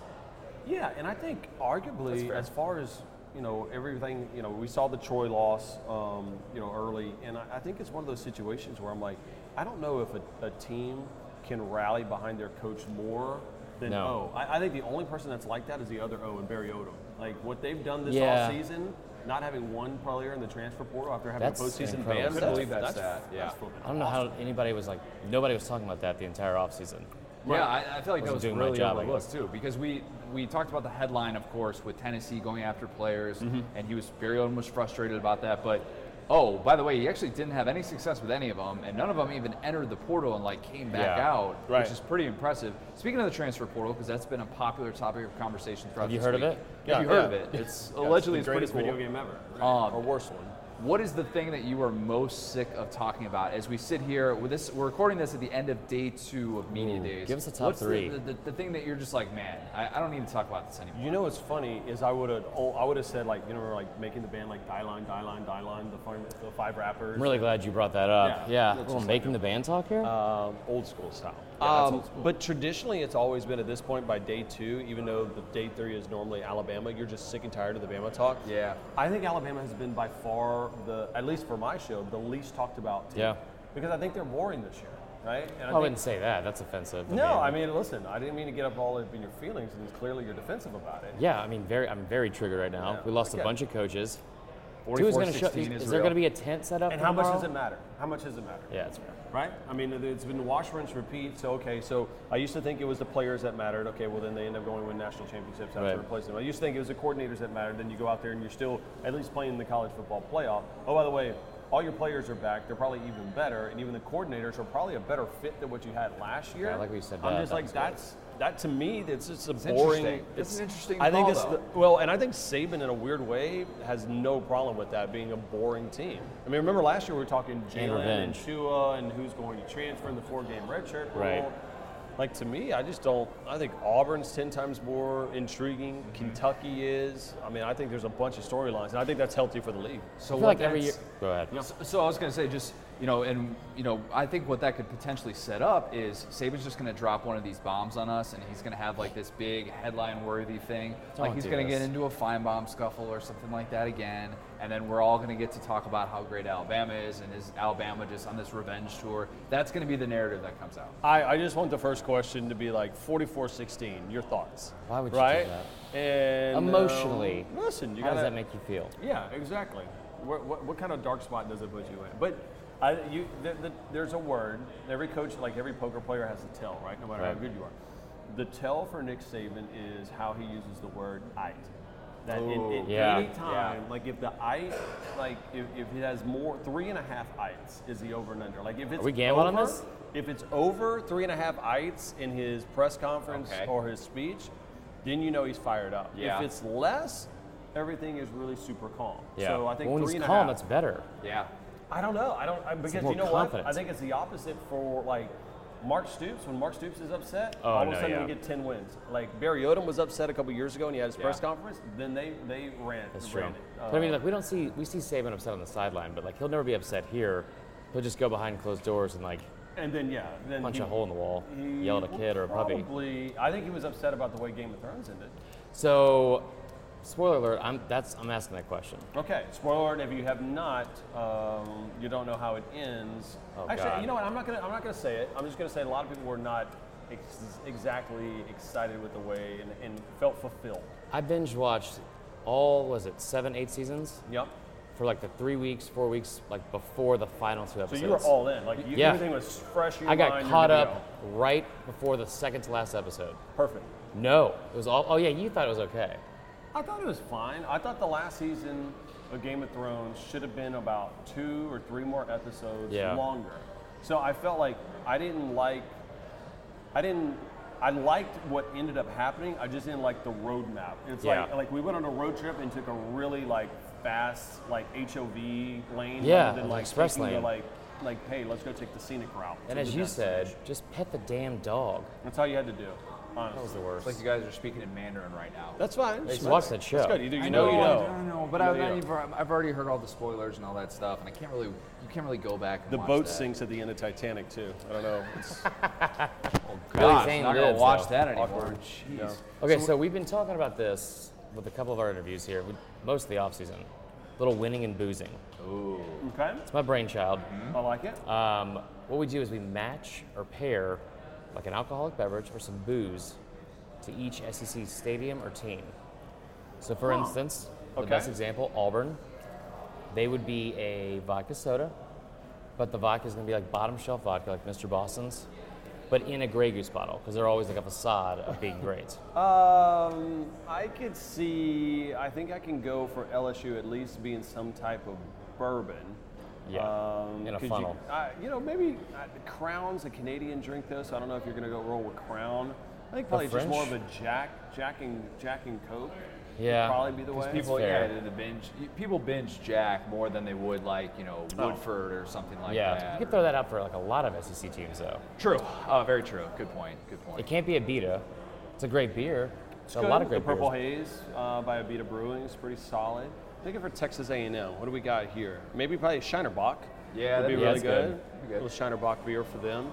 Speaker 3: yeah, and I think
Speaker 4: That's
Speaker 3: arguably,
Speaker 4: fair.
Speaker 3: as far as you know, everything you know, we saw the Troy loss, um, you know, early, and I, I think it's one of those situations where I'm like, I don't know if a, a team can rally behind their coach more than
Speaker 2: No.
Speaker 3: O. I, I think the only person that's like that is the other O and Barry Odom. Like what they've done this
Speaker 2: Yeah.
Speaker 3: off season, not having one player in the transfer portal after having
Speaker 2: That's
Speaker 3: a postseason
Speaker 2: incredible.
Speaker 3: ban.
Speaker 2: Couldn't
Speaker 4: believe that
Speaker 3: that's,
Speaker 4: stat, yeah.
Speaker 3: that's fucking
Speaker 2: I don't know how anybody was like, nobody was talking about that the entire offseason.
Speaker 4: Yeah, I, I feel like that
Speaker 2: Wasn't
Speaker 4: was
Speaker 2: doing my
Speaker 4: really
Speaker 2: job, I
Speaker 4: overlooked
Speaker 2: guess.
Speaker 4: too, because we we talked about the headline, of course, with Tennessee going after players,
Speaker 2: Mm-hmm.
Speaker 4: and he was Barry Odom was frustrated about that. But oh, by the way, he actually didn't have any success with any of them, and none of them even entered the portal and like came back
Speaker 2: Yeah,
Speaker 4: out,
Speaker 3: right.
Speaker 4: which is pretty impressive. Speaking of the transfer portal, because that's been a popular topic of conversation throughout.
Speaker 2: Have you
Speaker 4: this
Speaker 2: heard of
Speaker 4: week.
Speaker 2: it?
Speaker 3: Yeah,
Speaker 4: Have you heard
Speaker 3: yeah.
Speaker 4: of it? It's
Speaker 3: Yeah,
Speaker 4: allegedly
Speaker 3: it's
Speaker 4: it's, pretty
Speaker 3: the greatest
Speaker 4: cool.
Speaker 3: video game ever,
Speaker 2: Oh,
Speaker 4: Um,
Speaker 3: or worst one.
Speaker 4: What is the thing that you are most sick of talking about as we sit here? With this, we're recording this at the end of day two of media
Speaker 2: Ooh,
Speaker 4: days.
Speaker 2: give us the top
Speaker 4: What's
Speaker 2: three.
Speaker 4: The, the, the thing that you're just like, man, I, I don't need to talk about this anymore.
Speaker 3: You know what's funny is I would have oh, I would have said like you know we're like making the band like Dylon, Dylon, Dylon, the five, the five rappers,
Speaker 2: I'm really glad you brought that up.
Speaker 3: Yeah.
Speaker 2: Yeah. We're making the band talk here?
Speaker 3: um, old school style.
Speaker 4: Yeah, that's
Speaker 3: Um,
Speaker 4: old school.
Speaker 3: But traditionally, it's always been at this point by day two, even though the day three is normally Alabama. You're just sick and tired of the Bama talk.
Speaker 4: Yeah.
Speaker 3: I think Alabama has been by far the at least for my show the least talked about. Team
Speaker 2: Yeah.
Speaker 3: because I think they're boring this year, right? Oh, And
Speaker 2: I wouldn't say that. That's offensive.
Speaker 3: No, I mean, listen, I didn't mean to get up all up in your feelings, and clearly you're defensive about it.
Speaker 2: Yeah, I mean, very. I'm very triggered right now.
Speaker 3: Yeah,
Speaker 2: We lost
Speaker 3: okay.
Speaker 2: a bunch of coaches. Two is going to show. Is,
Speaker 4: 44-16 is
Speaker 2: there going
Speaker 4: real.
Speaker 2: to be a tent set up?
Speaker 3: And
Speaker 2: for
Speaker 3: how much
Speaker 2: tomorrow?
Speaker 3: does it matter? How much does it matter?
Speaker 2: Yeah, it's fair.
Speaker 3: right? I mean, it's been wash, rinse, repeat. So okay, so I used to think it was the players that mattered. Okay, well then they end up going to win national championships after
Speaker 2: Right.
Speaker 3: replacing them. I used to think it was the coordinators that mattered. Then you go out there and you're still at least playing in the college football playoff. Oh, by the way, all your players are back. They're probably even better, and even the coordinators are probably a better fit than what you had last year.
Speaker 2: Yeah, like we said,
Speaker 3: I'm
Speaker 2: that-
Speaker 3: just
Speaker 2: that
Speaker 3: like
Speaker 2: was good.
Speaker 3: that's. That to me, that's just a boring.
Speaker 4: interesting. That's an interesting
Speaker 3: I think
Speaker 4: call,
Speaker 3: it's
Speaker 4: though.
Speaker 3: the, well, and I think Saban, in a weird way, has no problem with that being a boring team. I mean, remember last year we were talking Jalen and
Speaker 2: revenge.
Speaker 3: Tua and who's going to transfer in the four-game redshirt rule.
Speaker 2: Right.
Speaker 3: Like to me, I just don't. I think Auburn's ten times more intriguing.
Speaker 2: Mm-hmm.
Speaker 3: Kentucky is. I mean, I think there's a bunch of storylines, and I think that's healthy for the league.
Speaker 4: So
Speaker 2: I
Speaker 4: what
Speaker 2: feel like every year.
Speaker 4: that's-
Speaker 2: Go ahead.
Speaker 4: So, so I was going to say, just you know, and you know, I think what that could potentially set up is Saban's just going to drop one of these bombs on us, and he's going to have like this big headline-worthy thing. like he's
Speaker 2: do
Speaker 4: going to
Speaker 2: this.
Speaker 4: get into a fine bomb scuffle or something like that again, and then we're all going to get to talk about how great Alabama is, and is Alabama just on this revenge tour? That's going to be the narrative that comes out.
Speaker 3: I, I just want the first question to be like 44-16. Your thoughts?
Speaker 2: Why would you do
Speaker 3: right?
Speaker 2: that?
Speaker 3: And um,
Speaker 2: Emotionally,
Speaker 3: listen, you
Speaker 2: how
Speaker 3: gotta,
Speaker 2: does that make you feel?
Speaker 3: Yeah, exactly. What, what, what kind of dark spot does it put you in? But I, you, the, the, there's a word. Every coach, like every poker player, has a tell, right? No matter how
Speaker 2: Right.
Speaker 3: good you are. The tell for Nick Saban is how he uses the word "it." That in, in
Speaker 2: Yeah.
Speaker 3: any time, like if the "it," like if, if it has more three and a half "its," is the over and under. Like if it's
Speaker 2: we gambling on
Speaker 3: over-
Speaker 2: this?
Speaker 3: If it's over three and a half "its" in his press conference
Speaker 4: Okay.
Speaker 3: or his speech, then you know he's fired up.
Speaker 4: Yeah.
Speaker 3: If it's less, everything is really super calm.
Speaker 2: Yeah.
Speaker 3: So I think
Speaker 2: Well, when he's
Speaker 3: three and a
Speaker 2: calm,
Speaker 3: half-
Speaker 2: it's better.
Speaker 4: Yeah.
Speaker 3: I don't know. I don't I, because
Speaker 2: more
Speaker 3: you know what?
Speaker 2: confidence.
Speaker 3: I think it's the opposite for like Mark Stoops, when Mark Stoops is upset,
Speaker 5: Oh,
Speaker 3: all of
Speaker 5: no,
Speaker 3: a sudden
Speaker 5: yeah.
Speaker 3: we get 10 wins. Like Barry Odom was upset a couple years ago and he had his press
Speaker 5: Yeah.
Speaker 3: conference, then they, they ran.
Speaker 2: That's true.
Speaker 3: ran it.
Speaker 2: but I mean, like we don't see we see Saban upset on the sideline, but like he'll never be upset here. He'll just go behind closed doors and like
Speaker 3: And then, yeah. Then
Speaker 2: punch
Speaker 3: he-
Speaker 2: a hole in the wall,
Speaker 3: he
Speaker 2: yell at a kid or a puppy.
Speaker 3: Mm-hmm. Probably, I think he was upset about the way Game of Thrones ended.
Speaker 2: So, spoiler alert. I'm that's I'm asking that question.
Speaker 3: Okay, spoiler alert. If you have not, um, you don't know how it ends.
Speaker 2: Oh,
Speaker 3: Actually,
Speaker 2: God.
Speaker 3: you know what? I'm not gonna. I'm not gonna say it. I'm just gonna say a lot of people were not ex- exactly excited with the way and, and felt fulfilled.
Speaker 2: I binge watched all was it seven eight seasons
Speaker 3: Yep.
Speaker 2: for like the three weeks four weeks like before the final two
Speaker 3: So
Speaker 2: episodes.
Speaker 3: you were all in. Like you,
Speaker 2: Yeah.
Speaker 3: everything was fresh. In your
Speaker 2: I got
Speaker 3: mind, you're
Speaker 2: caught
Speaker 3: good to
Speaker 2: up right before the second to last episode.
Speaker 3: go. Perfect.
Speaker 2: No, it was all. Oh yeah, you thought it was okay.
Speaker 3: I thought it was fine. I thought the last season of Game of Thrones should have been about two or three more episodes
Speaker 2: Yeah.
Speaker 3: longer. So I felt like I didn't like, I didn't, I liked what ended up happening. I just didn't like the roadmap. It's like
Speaker 2: Yeah.
Speaker 3: like we went on a road trip and took a really like fast like HOV lane
Speaker 2: Yeah,
Speaker 3: rather than
Speaker 2: an
Speaker 3: like
Speaker 2: express
Speaker 3: taking the,
Speaker 2: lane.
Speaker 3: like like hey let's go take the scenic route.
Speaker 2: And
Speaker 3: to
Speaker 2: as
Speaker 3: the
Speaker 2: you
Speaker 3: destination.
Speaker 2: said, just pet the damn dog.
Speaker 3: that's all you had to do. Honestly,
Speaker 2: That was the worst.
Speaker 4: It's like you guys are speaking in Mandarin right now.
Speaker 3: that's fine.
Speaker 2: just watch that show.
Speaker 3: That's good. Either you
Speaker 4: I
Speaker 3: know,
Speaker 4: know,
Speaker 3: you know.
Speaker 4: I know, but
Speaker 3: You
Speaker 4: I've,
Speaker 3: know, you
Speaker 4: not
Speaker 3: know.
Speaker 4: even- I've already heard all the spoilers and all that stuff, and I can't really, you can't really go back. And
Speaker 3: The
Speaker 4: watch
Speaker 3: boat
Speaker 4: that.
Speaker 3: sinks at the end of Titanic too. I don't know. It's,
Speaker 2: Billy
Speaker 4: Gosh,
Speaker 2: Zane
Speaker 4: not gonna
Speaker 2: lives,
Speaker 4: watch
Speaker 2: though.
Speaker 4: that anymore. Jeez.
Speaker 2: Okay, so, we've been talking about this with a couple of our interviews here, with- most of the off season. Little winning and boozing.
Speaker 3: okay,
Speaker 2: It's my brainchild.
Speaker 3: I like it.
Speaker 2: Um, what we do is we match or pair like an alcoholic beverage or some booze to each SEC stadium or team. So, for instance, the
Speaker 3: Okay.
Speaker 2: best example, Auburn, they would be a vodka soda, but the vodka is going to be like bottom shelf vodka, like Mr. Boston's, but in a Grey Goose bottle because they're always like a facade of being great.
Speaker 3: Um, I could see. I think I can go for LSU at least being some type of bourbon.
Speaker 2: Yeah,
Speaker 3: Um,
Speaker 2: in a
Speaker 3: could you-
Speaker 2: funnel.
Speaker 3: I- you know, maybe uh, Crown's a Canadian drink though, so I don't know if you're gonna go roll with Crown. I think probably just
Speaker 2: French?
Speaker 3: more of a Jack, Jack and Jack and Coke. would
Speaker 2: Yeah.
Speaker 3: probably be the way.
Speaker 4: People,
Speaker 2: fair.
Speaker 4: yeah, the- the binge. you- People binge Jack more than they would like, you know, Woodford or something like
Speaker 2: Yeah,
Speaker 4: that.
Speaker 2: you could throw that out for like a lot of SEC teams though.
Speaker 4: True. Uh, very true. Good point. Good
Speaker 2: It
Speaker 4: point.
Speaker 2: can't be a beta. It's a great beer. It's a
Speaker 3: Good.
Speaker 2: lot of great
Speaker 3: the Purple
Speaker 2: beers.
Speaker 3: Haze uh, by Abita Brewing is pretty solid. Thinking for Texas A&M, what do we got here? Maybe probably Shinerbach.
Speaker 4: Yeah,
Speaker 3: would
Speaker 2: be-
Speaker 4: that'd
Speaker 3: be really
Speaker 2: that's
Speaker 3: good.
Speaker 2: good.
Speaker 4: That'd be good.
Speaker 3: little Shinerbach beer for them.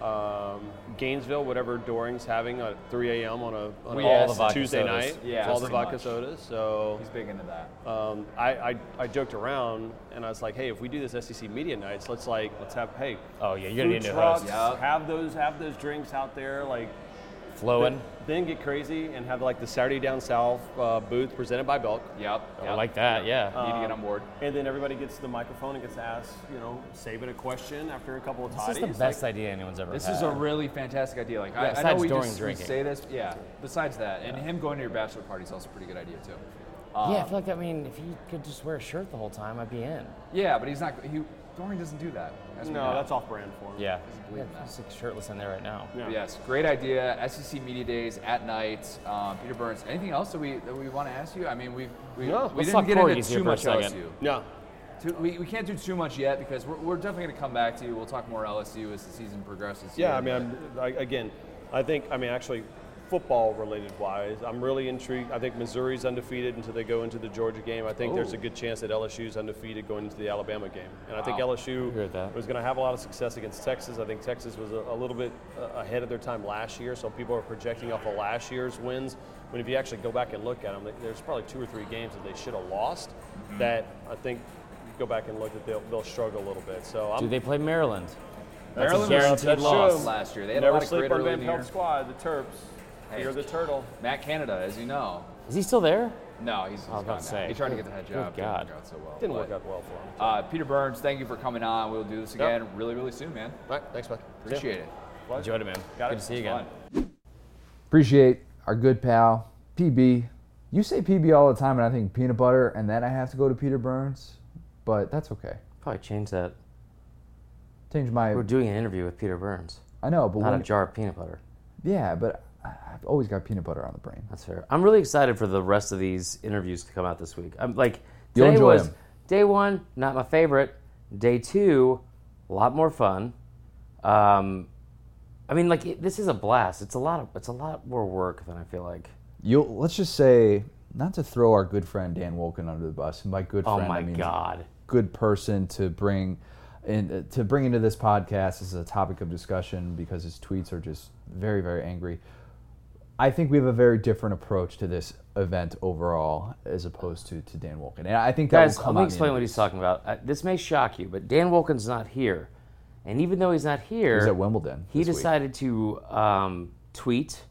Speaker 3: Um, Gainesville, whatever Doring's having at 3 a.m. on a, on
Speaker 2: We
Speaker 3: a
Speaker 2: all the vodka
Speaker 3: Tuesday
Speaker 2: sodas.
Speaker 3: night.
Speaker 4: Yeah,
Speaker 3: all the
Speaker 4: pretty
Speaker 3: vodka
Speaker 4: much.
Speaker 3: sodas. So
Speaker 4: He's big into that.
Speaker 3: um, I, I, I joked around and I was like, hey, if we do this SEC media nights, let's like let's have hey.
Speaker 2: Oh, yeah, you're gonna
Speaker 3: food
Speaker 2: need a new
Speaker 3: trucks,
Speaker 2: host.
Speaker 4: Yeah.
Speaker 3: Have those have those drinks out there like
Speaker 2: Flowing.
Speaker 3: then, then get crazy and have like the Saturday Down South uh, booth presented by Belk.
Speaker 4: Yep.
Speaker 2: I like that. Yeah.
Speaker 4: Need to get on board.
Speaker 3: And then everybody gets the microphone and gets asked, you know, save it a question after a couple of
Speaker 2: this
Speaker 3: toddies.
Speaker 2: is the best idea anyone's ever
Speaker 4: This
Speaker 2: had.
Speaker 4: is a really fantastic idea. Like I- I, know
Speaker 2: besides
Speaker 4: we
Speaker 2: during
Speaker 4: just we
Speaker 2: drinking.
Speaker 4: say this. Yeah. Besides that, and him going to your bachelor party is also a pretty good idea too.
Speaker 2: yeah, I feel like I mean, if he could just wear a shirt the whole time, I'd be in.
Speaker 4: Yeah, but he's not. He Doring doesn't do that. as we
Speaker 3: no,
Speaker 4: know.
Speaker 3: that's off brand for him.
Speaker 2: Yeah.
Speaker 4: believe in that.
Speaker 2: Just like shirtless in there right now.
Speaker 3: Yeah.
Speaker 4: Yes, great idea. SEC media days at night. Um, Peter Burns. Anything else that we that we want to ask you? I mean, we've, we
Speaker 3: No,
Speaker 4: we
Speaker 2: let's
Speaker 4: didn't
Speaker 2: talk
Speaker 4: get
Speaker 2: Corgis
Speaker 4: into
Speaker 2: here
Speaker 4: too
Speaker 2: for a
Speaker 4: much
Speaker 2: second.
Speaker 4: LSU.
Speaker 3: No.
Speaker 4: Too, we, we can't do too much yet because we're, we're definitely going to come back to you. We'll talk more LSU as the season progresses.
Speaker 3: Yeah, I
Speaker 4: here,
Speaker 3: mean, I'm, I, again, I think, I mean, actually, football related wise, I'm really intrigued. I think Missouri's undefeated until they go into the Georgia game. I think there's
Speaker 4: Ooh.
Speaker 3: a good chance that LSU's undefeated going into the Alabama game. And I think
Speaker 4: Wow.
Speaker 2: agree with that.
Speaker 3: LSU was going to have a lot of success against Texas. I think Texas was a, a little bit uh, ahead of their time last year, so people are projecting off of last year's wins. When if you actually go back and look at them, th- there's probably two or three games that they should have lost that I think. Go back and look at they'll, they'll struggle a little bit. So I'm
Speaker 2: Do they play Maryland? That's
Speaker 3: Maryland
Speaker 2: a
Speaker 3: was-
Speaker 2: guaranteed
Speaker 3: that's
Speaker 4: loss
Speaker 3: true.
Speaker 4: last year. They had a
Speaker 3: Never
Speaker 4: lot of
Speaker 3: sleep
Speaker 4: grit
Speaker 3: on
Speaker 4: early
Speaker 3: Van
Speaker 4: in the year.
Speaker 3: Pelt's squad, the Terps.
Speaker 4: Hey.
Speaker 3: You're the turtle.
Speaker 4: Matt Canada, as you know.
Speaker 2: Is he still there?
Speaker 4: No, he's, he's
Speaker 2: I was about
Speaker 4: gone
Speaker 2: to
Speaker 4: now.
Speaker 2: say.
Speaker 4: He tried to get the head
Speaker 2: Good
Speaker 4: job.
Speaker 2: God.
Speaker 4: Didn't work out so well.
Speaker 3: Didn't
Speaker 4: but,
Speaker 3: work out well for him.
Speaker 4: Uh, Peter Burns, thank you for coming on. We'll do this again really, really soon, man.
Speaker 3: thanks, bud.
Speaker 4: Appreciate it.
Speaker 2: Enjoyed it, man.
Speaker 3: Got
Speaker 2: Good
Speaker 3: it.
Speaker 2: to see you again.
Speaker 4: Fun.
Speaker 1: Appreciate our good pal, PB. You say PB all the time, and I think peanut butter, and then I have to go to Peter Burns, but that's okay.
Speaker 2: Probably change that.
Speaker 1: Change my.
Speaker 2: We're doing an interview with Peter Burns,
Speaker 1: I know, but
Speaker 2: not
Speaker 1: when,
Speaker 2: a jar of peanut butter.
Speaker 1: yeah, but I- I've always got peanut butter on the brain.
Speaker 2: That's fair. I'm really excited for the rest of these interviews to come out this week. I'm like,
Speaker 1: You'll
Speaker 2: today
Speaker 1: enjoy
Speaker 2: was
Speaker 1: them.
Speaker 2: day one, not my favorite. Day two, a lot more fun. Um, I mean, like it, this is a blast. It's a lot of it's a lot more work than I feel like.
Speaker 1: You'll let's just say not to throw our good friend Dan Wolken under the bus. And by good
Speaker 2: Oh
Speaker 1: friend,
Speaker 2: my
Speaker 1: I mean
Speaker 2: god.
Speaker 1: good person to bring in uh, to bring into this podcast as a topic of discussion because his tweets are just very very angry. I think we have a very different approach to this event overall as opposed to, to Dan Wolken. And I think that
Speaker 2: Guys,
Speaker 1: will come
Speaker 2: let me
Speaker 1: out in the
Speaker 2: explain
Speaker 1: end.
Speaker 2: what he's talking about. Uh, this may shock you, but Dan Wilkins not here, and even though he's not here,
Speaker 1: He's at Wimbledon.
Speaker 2: he
Speaker 1: this week.
Speaker 2: decided to um, tweet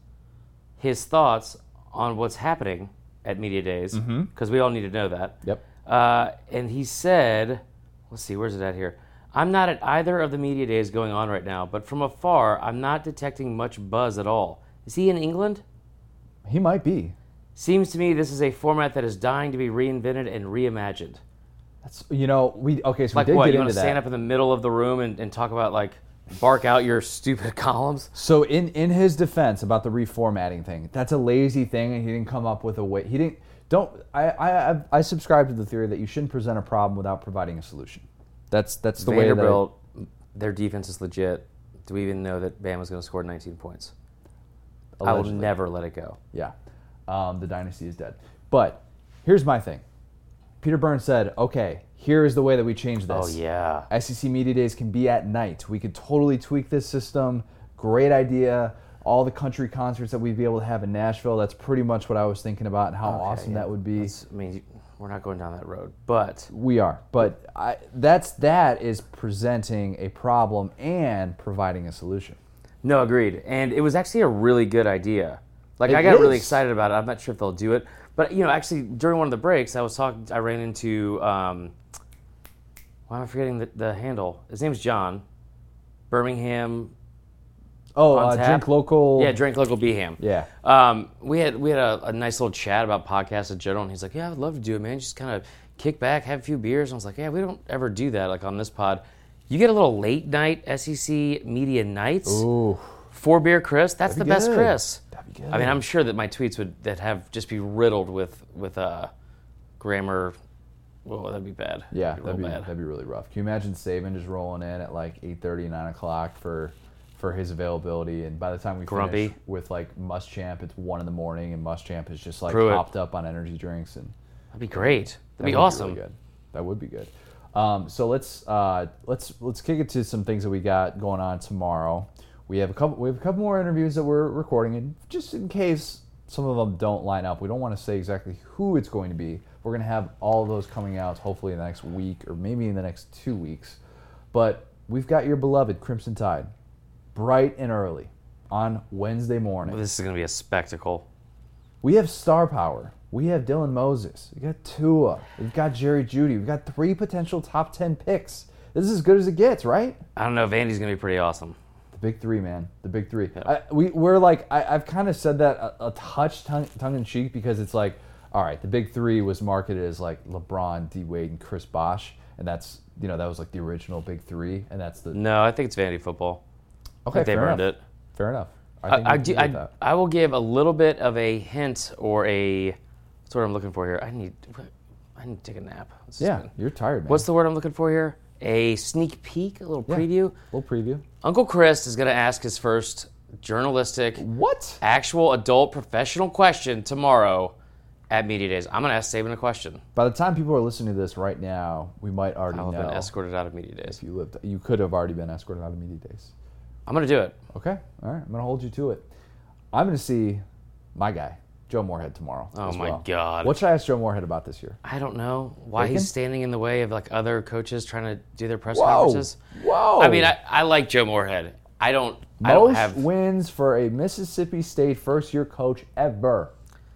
Speaker 2: his thoughts on what's happening at media days because we all need to know that.
Speaker 1: Mm-hmm. Yep.
Speaker 2: Uh, and he said, let's see, where's it at here? I'm not at either of the media days going on right now, but from afar, I'm not detecting much buzz at all. Is he in England?
Speaker 1: He might be.
Speaker 2: Seems to me this is a format that is dying to be reinvented and reimagined.
Speaker 1: That's you know we okay. So
Speaker 2: Like
Speaker 1: we did
Speaker 2: what?
Speaker 1: get
Speaker 2: you
Speaker 1: into
Speaker 2: to
Speaker 1: that.
Speaker 2: stand up in the middle of the room and, and talk about like bark out your stupid columns?
Speaker 1: So in in his defense about the reformatting thing, that's a lazy thing, and he didn't come up with a way. He didn't. Don't I I I- I subscribe to the theory that you shouldn't present a problem without providing a solution. That's that's the way
Speaker 2: Vanderbilt, their defense is legit. Do we even know that Bama's going to score 19 points?
Speaker 1: that I,
Speaker 2: I will
Speaker 1: allegedly-
Speaker 2: never let it go.
Speaker 1: yeah, um, the dynasty is dead. But here's my thing. Peter Burns said, "Okay, here is the way that we change this.
Speaker 2: Oh yeah.
Speaker 1: SEC media days can be at night. We could totally tweak this system. Great idea. All the country concerts that we'd be able to have in Nashville. That's pretty much what I was thinking about and how awesome that would be.
Speaker 2: I mean, we're not going down that road, but
Speaker 1: We are, but I, that's that is presenting a problem and providing a solution.
Speaker 2: no, agreed. And it was actually a really good idea. Like
Speaker 1: It
Speaker 2: I got really
Speaker 1: is.
Speaker 2: excited about it. I'm not sure if they'll do it, but you know, actually during one of the breaks, I was talking. I ran into. Um, why am I forgetting the, the handle? His name's John, Birmingham.
Speaker 1: Oh,
Speaker 2: On
Speaker 1: uh,
Speaker 2: tap.
Speaker 1: drink local.
Speaker 2: Yeah, drink local Beham.
Speaker 1: yeah.
Speaker 2: Um, we had we had a, a nice little chat about podcasts in general, and he's like, "Yeah, I'd love to do it, man. Just kind of kick back, have a few beers." And I was like, "Yeah, we don't ever do that like on this pod. You get a little late night SEC media nights,
Speaker 1: Ooh,
Speaker 2: four beer Chris. That's the
Speaker 1: That'd be
Speaker 2: best
Speaker 1: good.
Speaker 2: Chris.
Speaker 1: That'd be
Speaker 2: I
Speaker 1: good.
Speaker 2: mean, I'm sure that my tweets would that have just be riddled with with uh, grammar. Well, that'd be bad.
Speaker 1: yeah,
Speaker 2: real
Speaker 1: that'd be that'd be really rough. Can you imagine Saban just rolling in at like 8:30, 9 o'clock for for his availability, and by the time we
Speaker 2: Grumpy.
Speaker 1: finish with like Muschamp, it's one in the morning, and Muschamp is just like
Speaker 2: Pruitt.
Speaker 1: hopped up on energy drinks and.
Speaker 2: That'd be great. That'd
Speaker 1: That
Speaker 2: be
Speaker 1: would
Speaker 2: awesome.
Speaker 1: really good. That would be good. Um, so let's uh, let's let's kick it to some things that we got going on tomorrow. We have a couple. We have a couple more interviews that we're recording, and just in case some of them don't line up, we don't want to say exactly who it's going to be. We're going to have all those coming out hopefully in the next week or maybe in the next two weeks. But we've got your beloved Crimson Tide, bright and early, on Wednesday morning.
Speaker 2: Oh, This is gonna be a spectacle.
Speaker 1: We have star power. We have Dylan Moses. We got Tua. We've got Jerry Judy. We've got three potential top 10 picks. This is as good as it gets, right?
Speaker 2: I don't know. Vandy's gonna be pretty awesome.
Speaker 1: The big three, man. The big three. I, we, we're like, I, I've kind of said that a, a touch tongue, tongue in cheek because it's like, all right, the big three was marketed as like LeBron, D Wade, and Chris Bosh. And that's, you know, that was like the original big three. And that's the.
Speaker 2: No, I think it's Vandy football.
Speaker 1: Okay,
Speaker 2: they've
Speaker 1: fair
Speaker 2: earned
Speaker 1: enough.
Speaker 2: Mm, it.
Speaker 1: Fair enough. think
Speaker 2: I, I,
Speaker 1: we
Speaker 2: do,
Speaker 1: can
Speaker 2: I,
Speaker 1: get that.
Speaker 2: I will give a little bit of a hint or a what's the word I'm looking for here. I need I need to take a nap. This has
Speaker 1: Yeah,
Speaker 2: been-
Speaker 1: you're tired, man.
Speaker 2: What's the word I'm looking for here? A sneak peek, a little
Speaker 1: Yeah,
Speaker 2: preview.
Speaker 1: Little preview.
Speaker 2: Uncle Chris is going to ask his first journalistic,
Speaker 1: What?
Speaker 2: actual adult professional question tomorrow at Media Days. I'm going to ask Saban a question.
Speaker 1: By the time people are listening to this right now, we might already
Speaker 2: I'll have
Speaker 1: know.
Speaker 2: been escorted out of Media Days.
Speaker 1: If you lived, you could have already been escorted out of media days.
Speaker 2: I'm going to do it.
Speaker 1: Okay, all right, I'm gonna hold you to it. I'm gonna see my guy, Joe Moorhead, tomorrow.
Speaker 2: Oh
Speaker 1: as
Speaker 2: my
Speaker 1: well.
Speaker 2: God.
Speaker 1: What should I ask Joe Moorhead about this year?
Speaker 2: I don't know why
Speaker 1: Bacon?
Speaker 2: he's standing in the way of like other coaches trying to do their press
Speaker 1: Whoa,
Speaker 2: conferences.
Speaker 1: whoa.
Speaker 2: I mean, I, I like Joe Moorhead. I don't. I don't
Speaker 1: most
Speaker 2: have.
Speaker 1: wins for a Mississippi State first-year coach ever.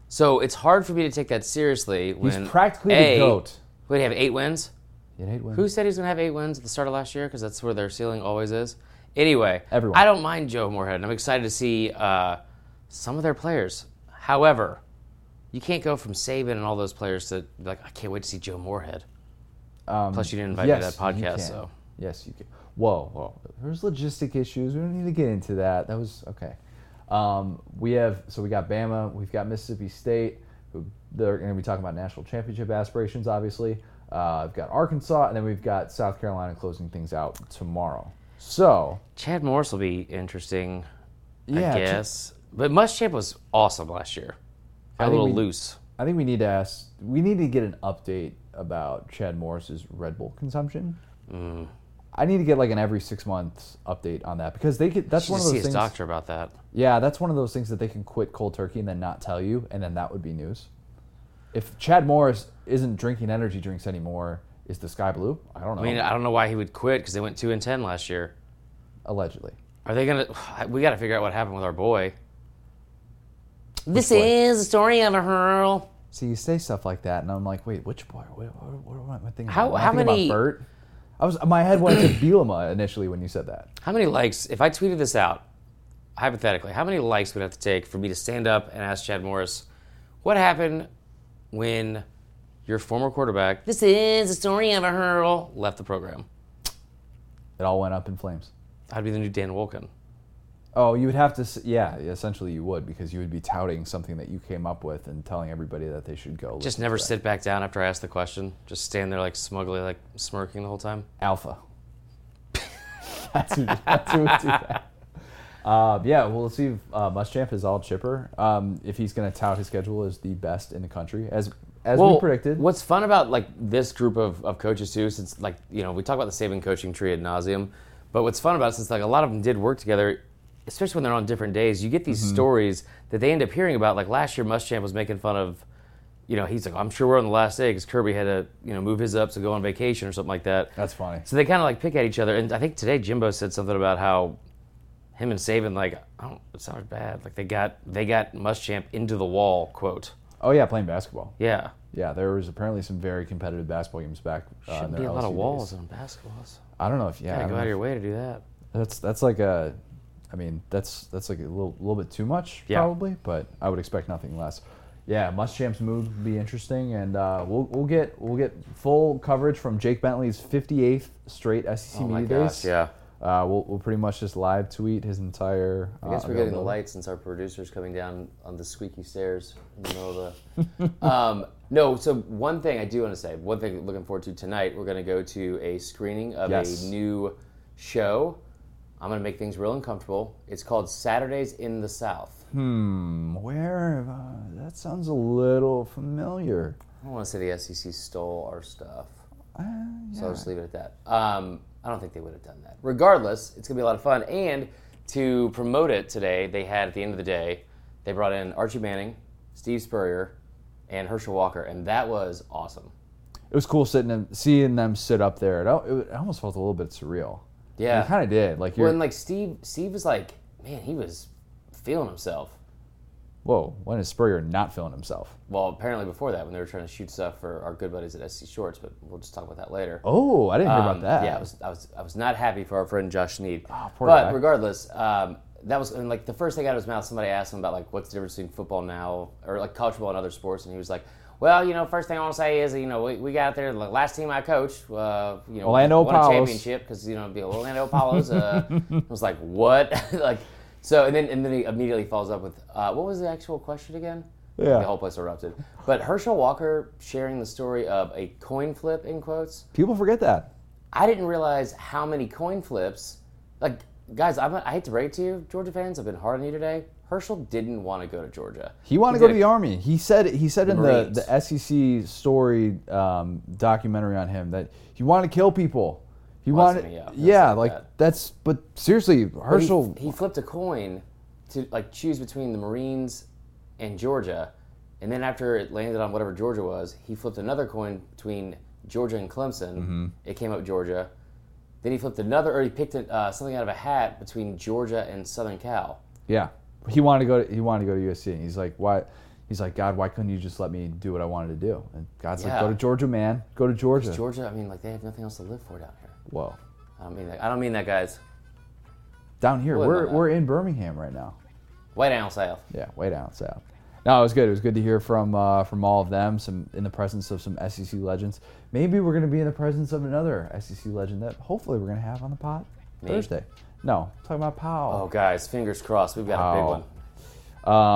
Speaker 2: So it's hard for me to take that seriously.
Speaker 1: He's
Speaker 2: When
Speaker 1: practically
Speaker 2: a,
Speaker 1: the goat.
Speaker 2: Wait, he have eight wins.
Speaker 1: You eight wins.
Speaker 2: Who said he's going to have eight wins at the start of last year? Because that's where their ceiling always is. Anyway,
Speaker 1: Everyone.
Speaker 2: I don't mind Joe Moorhead, and I'm excited to see uh, some of their players. However, you can't go from Saban and all those players to be like, I can't wait to see Joe Moorhead. Plus, you didn't invite me to that
Speaker 1: Um, you
Speaker 2: podcast,
Speaker 1: can.
Speaker 2: so
Speaker 1: yes, you can. Whoa, whoa. There's logistic issues. We don't need to get into that. That was okay. Um, we have so we got Bama. We've got Mississippi State. Who they're going to be talking about national championship aspirations, obviously. Uh, I've got Arkansas, and then we've got South Carolina closing things out tomorrow. So
Speaker 2: Chad Morris will be interesting,
Speaker 1: yeah,
Speaker 2: I
Speaker 1: Ch-
Speaker 2: guess. but Muschamp was awesome last year. Got a
Speaker 1: think
Speaker 2: little
Speaker 1: we-
Speaker 2: loose.
Speaker 1: I think we need to ask. We need to get an update about Chad Morris's Red Bull consumption.
Speaker 2: Mm.
Speaker 1: I need to get like an every six months update on that because they get that's
Speaker 2: Should
Speaker 1: one of
Speaker 2: see
Speaker 1: those
Speaker 2: his
Speaker 1: things.
Speaker 2: doctor about that.
Speaker 1: Yeah, that's one of those things that they can quit cold turkey and then not tell you, and then that would be news. If Chad Morris isn't drinking energy drinks anymore, is the sky blue? I don't know.
Speaker 2: I mean, uh, I don't know why he would quit because they went two and ten last year.
Speaker 1: Allegedly,
Speaker 2: Are they gonna? We got to figure out what happened with our boy. This
Speaker 1: boy?
Speaker 2: is the story of a hurl.
Speaker 1: see, you say stuff like that, and I'm like, wait, which boy? What, what, what am I thinking?
Speaker 2: How-
Speaker 1: about? Am I
Speaker 2: how
Speaker 1: thinking
Speaker 2: many-
Speaker 1: About Bert? I was my head went to Bielema initially when you said that.
Speaker 2: How many likes? If I tweeted this out, hypothetically, how many likes would it have to take for me to stand up and ask Chad Morris, what happened when your former quarterback, this is the story of a hurl, left the program?
Speaker 1: It all went up in flames.
Speaker 2: I'd be the new Dan Wolken.
Speaker 1: Oh, you would have to, s- yeah, essentially you would because you would be touting something that you came up with and telling everybody that they should go.
Speaker 2: Just
Speaker 1: listen
Speaker 2: never
Speaker 1: to that.
Speaker 2: sit back down after I ask the question. Just stand there like smugly, like smirking the whole time.
Speaker 1: alpha. that's who, that's who would do that. Uh, yeah, well, let's see if uh, Muschamp is all chipper. Um, if he's going to tout his schedule as the best in the country, as as we predicted.
Speaker 2: What's fun about like this group of, of coaches too, since like you know we talk about the Saban coaching tree ad nauseum, but what's fun about it since like a lot of them did work together, especially when they're on different days, you get these
Speaker 1: Mm-hmm.
Speaker 2: stories that they end up hearing about. Like last year, Muschamp was making fun of, you know, he's like, I'm sure we're on the last day because Kirby had to you know move his up to go on vacation or something like that.
Speaker 1: That's funny.
Speaker 2: So they kind of like pick at each other, and I think today Jimbo said something about how him and Saban like I don't it sounds bad like they got they got Muschamp into the wall quote
Speaker 1: Oh yeah, playing basketball.
Speaker 2: yeah.
Speaker 1: Yeah, there was apparently some very competitive basketball games back. Uh, in
Speaker 2: Shouldn't
Speaker 1: their
Speaker 2: be a lot
Speaker 1: LSU
Speaker 2: of
Speaker 1: days.
Speaker 2: walls on basketballs.
Speaker 1: I don't know if yeah. I
Speaker 2: Gotta
Speaker 1: don't
Speaker 2: go
Speaker 1: know
Speaker 2: out of
Speaker 1: if-
Speaker 2: your way to do that.
Speaker 1: That's that's like a, I mean that's that's like a little little bit too much
Speaker 2: Yeah.
Speaker 1: probably, but I would expect nothing less. Yeah, Muschamp's move would be interesting, and uh, we'll we'll get we'll get full coverage from Jake Bentley's 58th straight SEC
Speaker 2: Oh my
Speaker 1: media
Speaker 2: gosh,
Speaker 1: days.
Speaker 2: yeah.
Speaker 1: uh, we'll we'll pretty much just live tweet his entire.
Speaker 2: I guess
Speaker 1: uh,
Speaker 2: we're getting the
Speaker 1: availability.
Speaker 2: light since our producer's coming down on the squeaky stairs in the middle of the. um, no, so one thing I do want to say, one thing looking forward to tonight, we're going to go to a screening of
Speaker 1: Yes.
Speaker 2: a new show. I'm going to make things real uncomfortable. It's called Saturdays in the South.
Speaker 1: Hmm. Where have I- that sounds a little familiar.
Speaker 2: I don't want to say the SEC stole our stuff,
Speaker 1: Uh,
Speaker 2: so I'll just leave it at that. Um, I don't think they would have done that. Regardless, it's going to be a lot of fun. And to promote it today, they had at the end of the day, they brought in Archie Manning, Steve Spurrier, and Herschel Walker, and that was awesome.
Speaker 1: it was cool sitting and seeing them sit up there. It, al- it almost felt a little bit surreal.
Speaker 2: Yeah.
Speaker 1: it kind of did. Like you're
Speaker 2: When like Steve, Steve was like, man, he was feeling himself.
Speaker 1: whoa. When is Spurrier not feeling himself?
Speaker 2: Well, apparently before that, when they were trying to shoot stuff for our good buddies at SC Shorts, but we'll just talk about that later.
Speaker 1: Oh, I didn't hear
Speaker 2: Um,
Speaker 1: about that. Ah,
Speaker 2: Yeah, I was, I was, I was not happy for our friend Josh Need.
Speaker 1: poor
Speaker 2: but
Speaker 1: guy.
Speaker 2: regardless, um, that was and like the first thing out of his mouth. Somebody asked him about like what's the difference between football now or like college football and other sports, and he was like, "Well, you know, first thing I want to say is you know we, we got out there the last team I coached, uh, you know,
Speaker 1: Orlando
Speaker 2: won
Speaker 1: Apollos.
Speaker 2: a championship because you know the Orlando Apollos." Uh, I was like, "What?" like so, and then and then he immediately follows up with, uh, "What was the actual question again?"
Speaker 1: Yeah.
Speaker 2: The whole place erupted. But Herschel Walker sharing the story of a coin flip in quotes.
Speaker 1: People forget that.
Speaker 2: I didn't realize how many coin flips. Like, guys, I'm, I hate to break it to you, Georgia fans, I've been hard on you today. Herschel didn't want to go to Georgia.
Speaker 1: He wanted to go to the army. He said he said in the,
Speaker 2: Marines.
Speaker 1: the SEC story um, documentary on him that he wanted to kill people. He wanted,
Speaker 2: yeah,
Speaker 1: yeah,
Speaker 2: that's not
Speaker 1: like
Speaker 2: bad.
Speaker 1: that's. But seriously,
Speaker 2: But he-
Speaker 1: Herschel,
Speaker 2: He, flipped a coin to like choose between the Marines and Georgia, and then after it landed on whatever Georgia was, he flipped another coin between Georgia and Clemson.
Speaker 1: Mm-hmm.
Speaker 2: It came up Georgia. Then he flipped another, or he picked uh, something out of a hat between Georgia and Southern Cal.
Speaker 1: yeah, he wanted to go. To, he wanted to go to USC, and he's like, why? He's like, God, why couldn't you just let me do what I wanted to do? And God's like,
Speaker 2: Yeah.
Speaker 1: go to Georgia, man, go to Georgia.
Speaker 2: Georgia, I mean, like they have nothing else to live for down here.
Speaker 1: Whoa,
Speaker 2: I don't mean that. I don't mean that, guys.
Speaker 1: down here,
Speaker 2: Wouldn't know
Speaker 1: we're
Speaker 2: that.
Speaker 1: we're in Birmingham right now.
Speaker 2: Way down south.
Speaker 1: Yeah, way down south. No, it was good. It was good to hear from uh, from all of them. Some in the presence of some SEC legends. Maybe we're going to be in the presence of another SEC legend that hopefully we're going to have on the pod
Speaker 2: Me?
Speaker 1: Thursday. No, I'm talking about
Speaker 2: Oh,
Speaker 1: Powell.
Speaker 2: guys, fingers crossed. We've got a big
Speaker 1: Wow.
Speaker 2: one.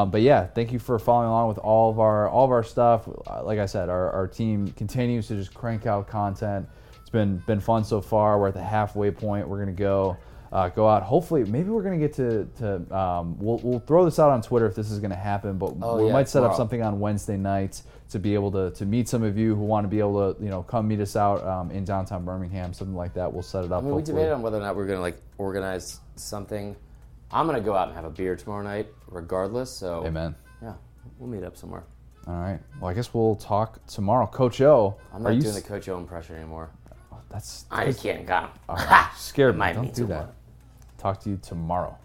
Speaker 1: Um, but yeah, thank you for following along with all of our all of our stuff. Uh, Like I said, our, our team continues to just crank out content. It's been been fun so far. We're at the halfway point. We're going to go uh, go out. Hopefully, maybe we're gonna get to to um, we'll we'll throw this out on Twitter if this is gonna happen, but
Speaker 2: Oh,
Speaker 1: we
Speaker 2: yeah,
Speaker 1: might set up
Speaker 2: tomorrow.
Speaker 1: something on Wednesday night to be able to to meet some of you who want to be able to you know come meet us out um, in downtown Birmingham, something like that. We'll set it up.
Speaker 2: I mean, we
Speaker 1: hopefully.
Speaker 2: debated on whether or not we are gonna like organize something. I'm gonna go out and have a beer tomorrow night, regardless. So
Speaker 1: Amen.
Speaker 2: Yeah, we'll meet up somewhere.
Speaker 1: All right. Well, I guess we'll talk tomorrow, Coach O.
Speaker 2: I'm
Speaker 1: are
Speaker 2: not
Speaker 1: you
Speaker 2: doing
Speaker 1: s-
Speaker 2: the Coach O impression anymore.
Speaker 1: That's
Speaker 2: I can't go.
Speaker 1: scared me.
Speaker 2: Might
Speaker 1: Don't
Speaker 2: need
Speaker 1: do
Speaker 2: to
Speaker 1: that.
Speaker 2: one.
Speaker 1: Talk to you tomorrow.